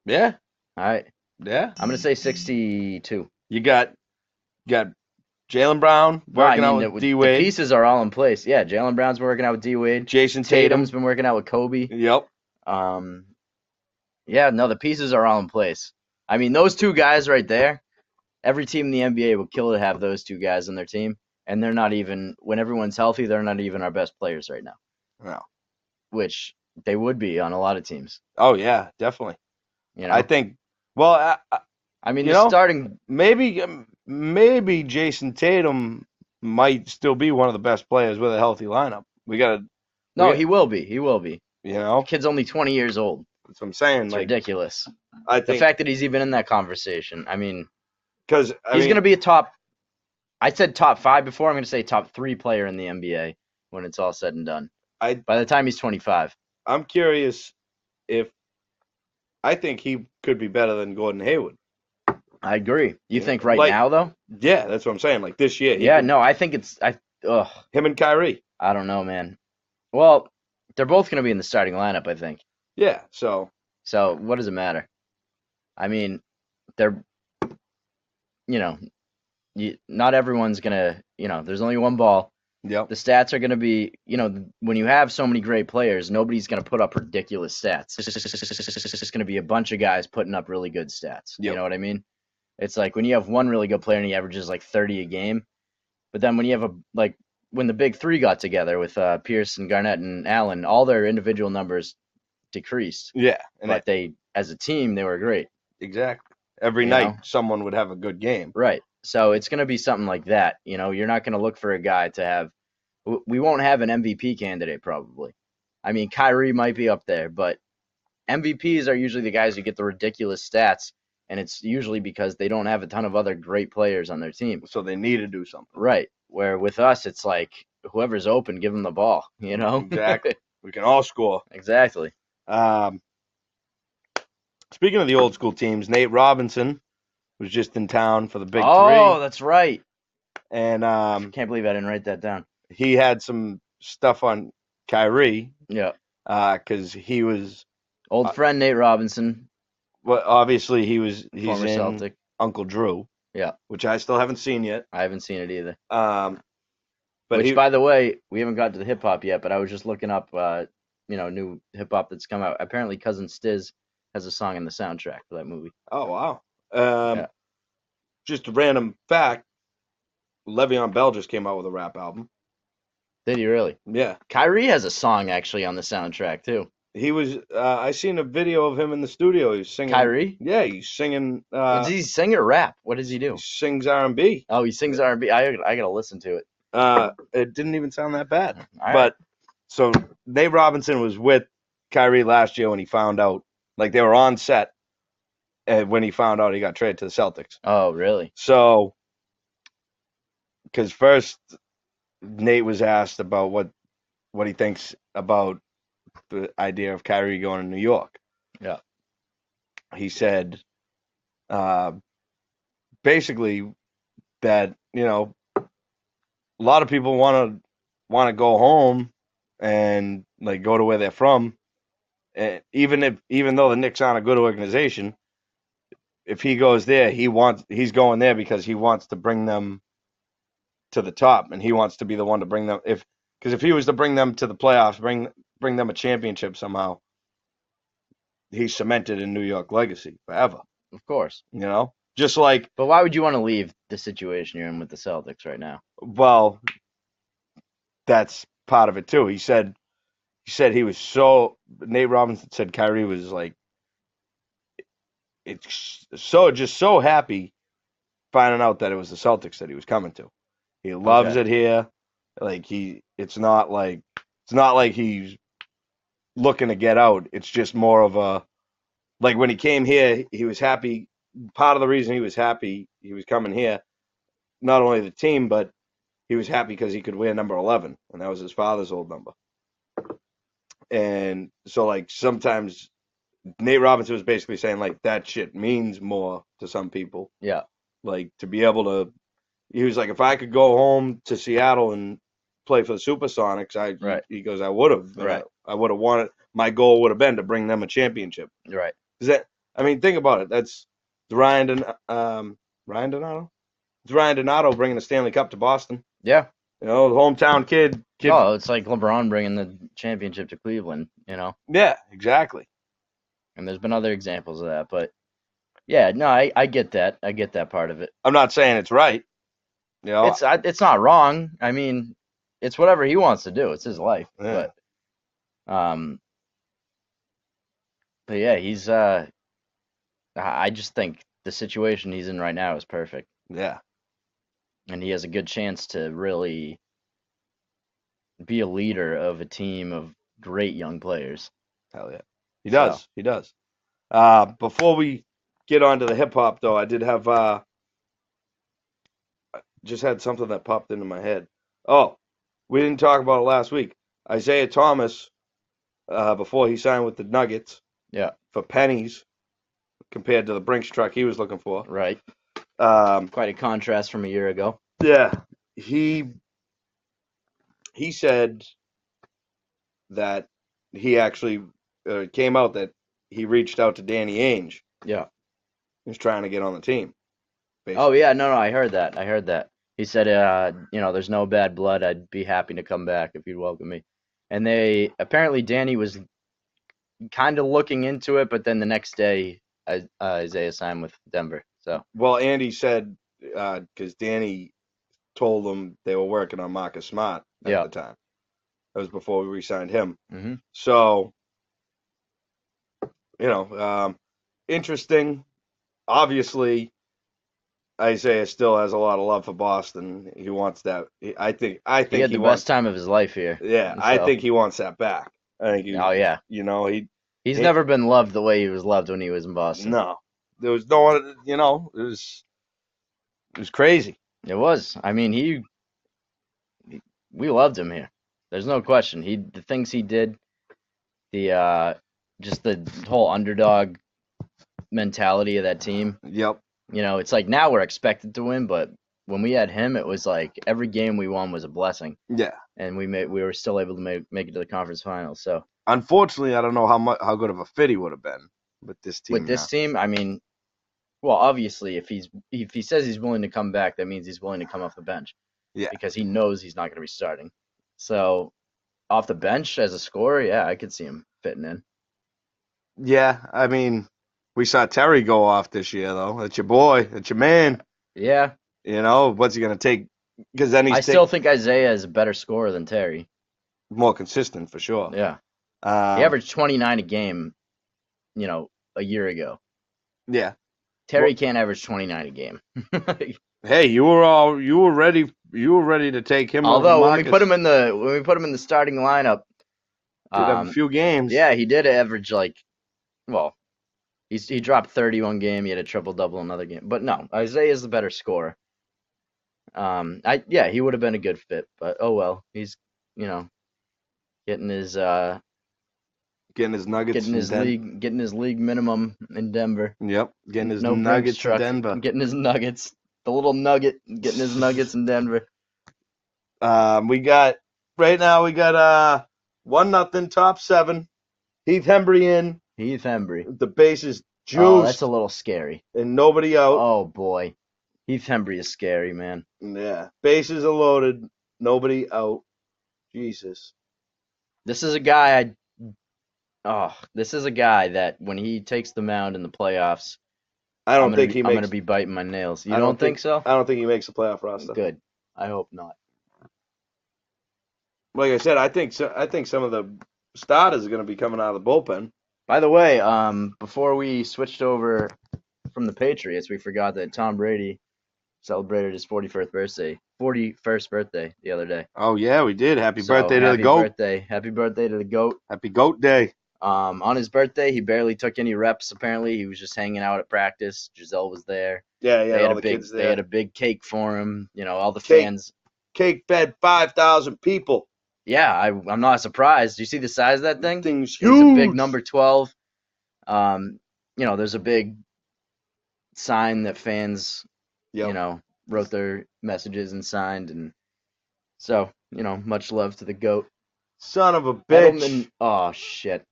Speaker 2: Yeah.
Speaker 1: All right,
Speaker 2: Yeah.
Speaker 1: I'm gonna say 62.
Speaker 2: You got you got Jalen Brown
Speaker 1: No, I
Speaker 2: working
Speaker 1: mean,
Speaker 2: out
Speaker 1: the,
Speaker 2: with
Speaker 1: the
Speaker 2: D Wade.
Speaker 1: pieces are all in place. Yeah, Jalen Brown's been working out with D Wade.
Speaker 2: Jason Tatum.
Speaker 1: Tatum's been working out with Kobe.
Speaker 2: Yep.
Speaker 1: Um, yeah, no, the pieces are all in place. I mean, those two guys right there, every team in the NBA would kill to have those two guys on their team. And they're not even, when everyone's healthy, they're not even our best players right now,
Speaker 2: No.
Speaker 1: which they would be on a lot of teams.
Speaker 2: Oh yeah, definitely.
Speaker 1: You know, I,
Speaker 2: I think. Well, I, I,
Speaker 1: mean,
Speaker 2: you
Speaker 1: the
Speaker 2: know-
Speaker 1: starting,
Speaker 2: maybe um, maybe Jason Tatum might still be one of the best players with a healthy lineup. We gotta,
Speaker 1: no,
Speaker 2: We-
Speaker 1: he will be. He will be.
Speaker 2: you know,
Speaker 1: Kid's only 20 years old.
Speaker 2: that's what I'm saying.
Speaker 1: It's
Speaker 2: like,
Speaker 1: ridiculous.
Speaker 2: I
Speaker 1: The
Speaker 2: think
Speaker 1: fact that he's even in that conversation, I mean,
Speaker 2: because I
Speaker 1: he's
Speaker 2: mean,
Speaker 1: going to be a top. I said top five before. I'm going to say top three player in the NBA when it's all said and done.
Speaker 2: I-
Speaker 1: by the time he's 25,
Speaker 2: I'm curious if I think he could be better than Gordon Hayward.
Speaker 1: I agree. You
Speaker 2: Yeah,
Speaker 1: think right
Speaker 2: like-
Speaker 1: now though?
Speaker 2: Yeah, that's what I'm saying. Like this year, he
Speaker 1: Yeah,
Speaker 2: could-
Speaker 1: no, I think it's I. Ugh,
Speaker 2: him and Kyrie.
Speaker 1: I don't know, man. Well, they're both going to be in the starting lineup, I think.
Speaker 2: Yeah, so
Speaker 1: So what does it matter? I mean, they're, you know, you, not everyone's going to, you know, there's only one ball.
Speaker 2: yep,
Speaker 1: the stats are going to be, you know, th- when you have so many great players, nobody's going to put up ridiculous stats. It's just, going to be a bunch of guys putting up really good stats. You
Speaker 2: Yep.
Speaker 1: know what I mean? It's like when you have one really good player and he averages like 30 a game, but then when you have a like when the big three got together with uh, Pierce and Garnett and Allen, all their individual numbers decreased,
Speaker 2: yeah, and
Speaker 1: but they as a team they were great.
Speaker 2: I, exactly. Every
Speaker 1: You
Speaker 2: night,
Speaker 1: know?
Speaker 2: someone would have a good game.
Speaker 1: Right. So it's going to be something like that. You know, you're not going to look for a guy to have. w- We won't have an MVP candidate probably. I mean, Kyrie might be up there, but MVPs are usually the guys who get the ridiculous stats, and it's usually because they don't have a ton of other great players on their team.
Speaker 2: So they need to do something.
Speaker 1: Right. Where with us, it's like whoever's open, give them the ball. You know.
Speaker 2: Exactly. We can all score.
Speaker 1: exactly.
Speaker 2: Um, speaking of the old school teams, Nate Robinson was just in town for the Big
Speaker 1: oh,
Speaker 2: Three,
Speaker 1: that's right.
Speaker 2: and
Speaker 1: I
Speaker 2: um,
Speaker 1: Can't believe I didn't write that down.
Speaker 2: he had some stuff on Kyrie
Speaker 1: Yeah.
Speaker 2: because he was
Speaker 1: Old
Speaker 2: I-
Speaker 1: friend Nate Robinson,
Speaker 2: well, obviously he was he's
Speaker 1: former
Speaker 2: in
Speaker 1: Celtic.
Speaker 2: Uncle Drew,
Speaker 1: Yeah.
Speaker 2: which I still haven't seen yet.
Speaker 1: I haven't seen it either.
Speaker 2: Um, but
Speaker 1: Which,
Speaker 2: he,
Speaker 1: by the way, we haven't gotten to the hip hop yet, but I was just looking up, uh, you know, new hip hop that's come out. Apparently, Cousin Stiz has a song in the soundtrack for that movie.
Speaker 2: oh wow, um,
Speaker 1: Yeah.
Speaker 2: just a random fact: Le'Veon Bell just came out with a rap album.
Speaker 1: Did he really?
Speaker 2: Yeah,
Speaker 1: Kyrie has a song actually on the soundtrack too.
Speaker 2: he was. Uh, I seen a video of him in the studio. He was singing.
Speaker 1: Kyrie?
Speaker 2: Yeah, he's singing. Uh,
Speaker 1: Does he sing or rap? What does he
Speaker 2: he
Speaker 1: do?
Speaker 2: sings R and B.
Speaker 1: Oh, he sings R&B. I I gotta listen to it.
Speaker 2: Uh, it didn't even sound that bad.
Speaker 1: All right.
Speaker 2: but so Nate Robinson was with Kyrie last year when he found out, like they were on set, and when he found out he got traded to the Celtics.
Speaker 1: oh, really?
Speaker 2: So, because first Nate was asked about what what he thinks about the idea of Kyrie going to New York.
Speaker 1: Yeah.
Speaker 2: He said, uh, basically that you know a lot of people want to want to go home and like go to where they're from, and even if even though the Knicks aren't a good organization, if he goes there, he wants he's going there because he wants to bring them to the top, and he wants to be the one to bring them if because if he was to bring them to the playoffs, bring bring them a championship somehow, he's cemented in New York legacy forever.
Speaker 1: Of course.
Speaker 2: You know, just like
Speaker 1: But why would you want to leave the situation you're in with the Celtics right now?
Speaker 2: well, that's part of it too. He said he said he was so Nate Robinson said Kyrie was like it's so just so happy finding out that it was the Celtics that he was coming to. He loves
Speaker 1: Okay.
Speaker 2: it here. Like he it's not like it's not like he's looking to get out. It's just more of a like when he came here, he was happy. Part of the reason he was happy he was coming here, not only the team, but he was happy because he could wear number 11 and that was his father's old number and so like sometimes nate robinson was basically saying like that shit means more to some people
Speaker 1: Yeah.
Speaker 2: like to be able to he was like if i could go home to seattle and play for the supersonics i
Speaker 1: Right.
Speaker 2: he goes i would have
Speaker 1: Right.
Speaker 2: i, would have wanted my goal would have been to bring them a championship
Speaker 1: Right.
Speaker 2: is that i mean think about it that's ryan and um ryan donato Ryan Donato bringing the Stanley Cup to Boston.
Speaker 1: Yeah.
Speaker 2: You know, the hometown kid. kid
Speaker 1: Oh, it's like LeBron bringing the championship to Cleveland, you know.
Speaker 2: Yeah, exactly.
Speaker 1: And there's been other examples of that, but yeah, no, I, I get that. I get that part of it.
Speaker 2: I'm not saying it's right. You know,
Speaker 1: It's I, it's not wrong. I mean, it's whatever he wants to do. It's his life.
Speaker 2: Yeah.
Speaker 1: But um but yeah, he's uh I I just think the situation he's in right now is perfect.
Speaker 2: yeah,
Speaker 1: and he has a good chance to really be a leader of a team of great young players.
Speaker 2: hell yeah. He does. He does. Uh, before we get on to the hip hop, though, I did have uh, I just had something that popped into my head. Oh, we didn't talk about it last week. Isaiah Thomas, uh, before he signed with the Nuggets,
Speaker 1: Yeah.
Speaker 2: for pennies compared to the Brinks truck he was looking for.
Speaker 1: Right.
Speaker 2: Um,
Speaker 1: Quite a contrast from a year ago.
Speaker 2: Yeah, he he said that he actually uh, it came out that he reached out to Danny Ainge.
Speaker 1: Yeah.
Speaker 2: He was trying to get on the team.
Speaker 1: Oh yeah, no, no, I heard that. I heard that. He said, uh, you know, there's no bad blood. I'd be happy to come back if you'd welcome me. And they apparently Danny was kind of looking into it, but then the next day, I, uh, Isaiah signed with Denver. So
Speaker 2: Well, Andy said because Danny told them they were working on Marcus Smart at
Speaker 1: Yeah.
Speaker 2: the time. That was before we re-signed him.
Speaker 1: Mhm.
Speaker 2: So, you know, um, interesting. Obviously, Isaiah still has a lot of love for Boston. He wants that. he- I think. I
Speaker 1: he
Speaker 2: think
Speaker 1: had
Speaker 2: he
Speaker 1: the
Speaker 2: wants.
Speaker 1: best time of his life here.
Speaker 2: Yeah, I
Speaker 1: so-
Speaker 2: think he wants that back. I think he,
Speaker 1: Oh yeah,
Speaker 2: you know, he
Speaker 1: he's
Speaker 2: He-
Speaker 1: never been loved the way he was loved when he was in Boston.
Speaker 2: no. There was no one. You know, it was. It was crazy.
Speaker 1: It was. I mean, he, he- we loved him here. There's no question. He the things he did, the uh just the whole underdog mentality of that team.
Speaker 2: Yep.
Speaker 1: You know, it's like now we're expected to win, but when we had him, it was like every game we won was a blessing,
Speaker 2: Yeah.
Speaker 1: and we made we were still able to make make it to the conference finals. So
Speaker 2: Unfortunately, I don't know how much how good of a fit he would have been with this team.
Speaker 1: with this
Speaker 2: now.
Speaker 1: team, I mean, well, obviously, if he's if he says he's willing to come back, that means he's willing to come off the bench.
Speaker 2: Yeah.
Speaker 1: Because he knows he's not going to be starting. So, off the bench as a scorer, yeah, I could see him fitting in.
Speaker 2: Yeah, I mean, we saw Terry go off this year though. That's your boy. That's your man.
Speaker 1: Yeah,
Speaker 2: You know what's he gonna take? Because then he's
Speaker 1: I
Speaker 2: take-
Speaker 1: still think Isaiah is a better scorer than Terry.
Speaker 2: more consistent for sure.
Speaker 1: Yeah,
Speaker 2: Um,
Speaker 1: he averaged 29 a game, you know, a year ago.
Speaker 2: yeah.
Speaker 1: Terry
Speaker 2: Well-
Speaker 1: can't average 29 a game.
Speaker 2: Hey, you were all you were ready. You were ready to take him. over
Speaker 1: Although when we
Speaker 2: Marcus.
Speaker 1: put him in the when we put him in the starting lineup,
Speaker 2: Did have a
Speaker 1: um,
Speaker 2: few games.
Speaker 1: Yeah, he did average like, well, he's he dropped thirty one game. He had a triple double another game, but no, Isaiah is the better scorer. Um, I yeah, he would have been a good fit, but oh well, he's you know, getting his uh,
Speaker 2: getting his Nuggets.
Speaker 1: getting
Speaker 2: in
Speaker 1: his
Speaker 2: Den-
Speaker 1: league, getting his league minimum in Denver,
Speaker 2: Yep, getting his
Speaker 1: No Brinks
Speaker 2: Nuggets in
Speaker 1: truck.
Speaker 2: Denver.
Speaker 1: getting his nuggets, the little nugget, getting his nuggets in Denver.
Speaker 2: Um, we got right now. We got uh one nothing top seven. Heath Hembry in.
Speaker 1: Heath Embry,
Speaker 2: The base is
Speaker 1: oh,
Speaker 2: juiced
Speaker 1: that's a little scary.
Speaker 2: and nobody out.
Speaker 1: Oh boy, Heath Embry is scary, man.
Speaker 2: Yeah, bases are loaded, nobody out. Jesus.
Speaker 1: This is a guy I oh, this is a guy that when he takes the mound in the playoffs,
Speaker 2: I
Speaker 1: I
Speaker 2: don't
Speaker 1: am
Speaker 2: think
Speaker 1: be,
Speaker 2: he
Speaker 1: I'm
Speaker 2: makes.
Speaker 1: gonna be biting my nails. You
Speaker 2: I
Speaker 1: don't,
Speaker 2: don't
Speaker 1: think, so?
Speaker 2: I don't think he makes the playoff roster.
Speaker 1: Good. I hope not.
Speaker 2: Like I said, I think so, I think some of the starters are going to be coming out of the bullpen.
Speaker 1: By the way, um before we switched over from the Patriots, we forgot that Tom Brady celebrated his 41st birthday, 41st birthday the other day.
Speaker 2: Oh yeah, we did. Happy
Speaker 1: So,
Speaker 2: birthday to
Speaker 1: happy
Speaker 2: the goat.
Speaker 1: Birthday. Happy birthday to the goat.
Speaker 2: Happy goat day.
Speaker 1: Um, on his birthday, he barely took any reps. Apparently, he was just hanging out at practice. Giselle was there.
Speaker 2: Yeah, yeah.
Speaker 1: they had
Speaker 2: all
Speaker 1: a
Speaker 2: the
Speaker 1: big,
Speaker 2: kids
Speaker 1: they
Speaker 2: there.
Speaker 1: had a big cake for him. You know, all the
Speaker 2: Cake.
Speaker 1: fans
Speaker 2: Cake fed five thousand people.
Speaker 1: Yeah, I, I'm not surprised. You see the size of that thing?
Speaker 2: Thing's
Speaker 1: It's
Speaker 2: huge.
Speaker 1: a big number 12. Um, you know, there's a big sign that fans,
Speaker 2: Yep.
Speaker 1: you know, wrote their messages and signed. And so, you know, much love to the GOAT.
Speaker 2: Son of a bitch.
Speaker 1: Edelman, oh, shit.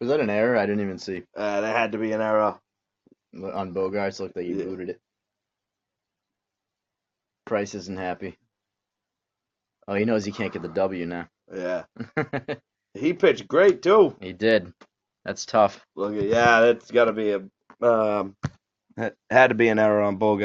Speaker 1: Was that an error? I didn't even see.
Speaker 2: Uh, that had to be an error.
Speaker 1: on Bogarts. Looked like he
Speaker 2: Yeah.
Speaker 1: booted it. Price isn't happy. Oh, he knows he can't get the W now.
Speaker 2: Yeah. He pitched great too.
Speaker 1: he did. That's tough.
Speaker 2: Look at yeah, that's got to be a um, had to be an error on Bogart.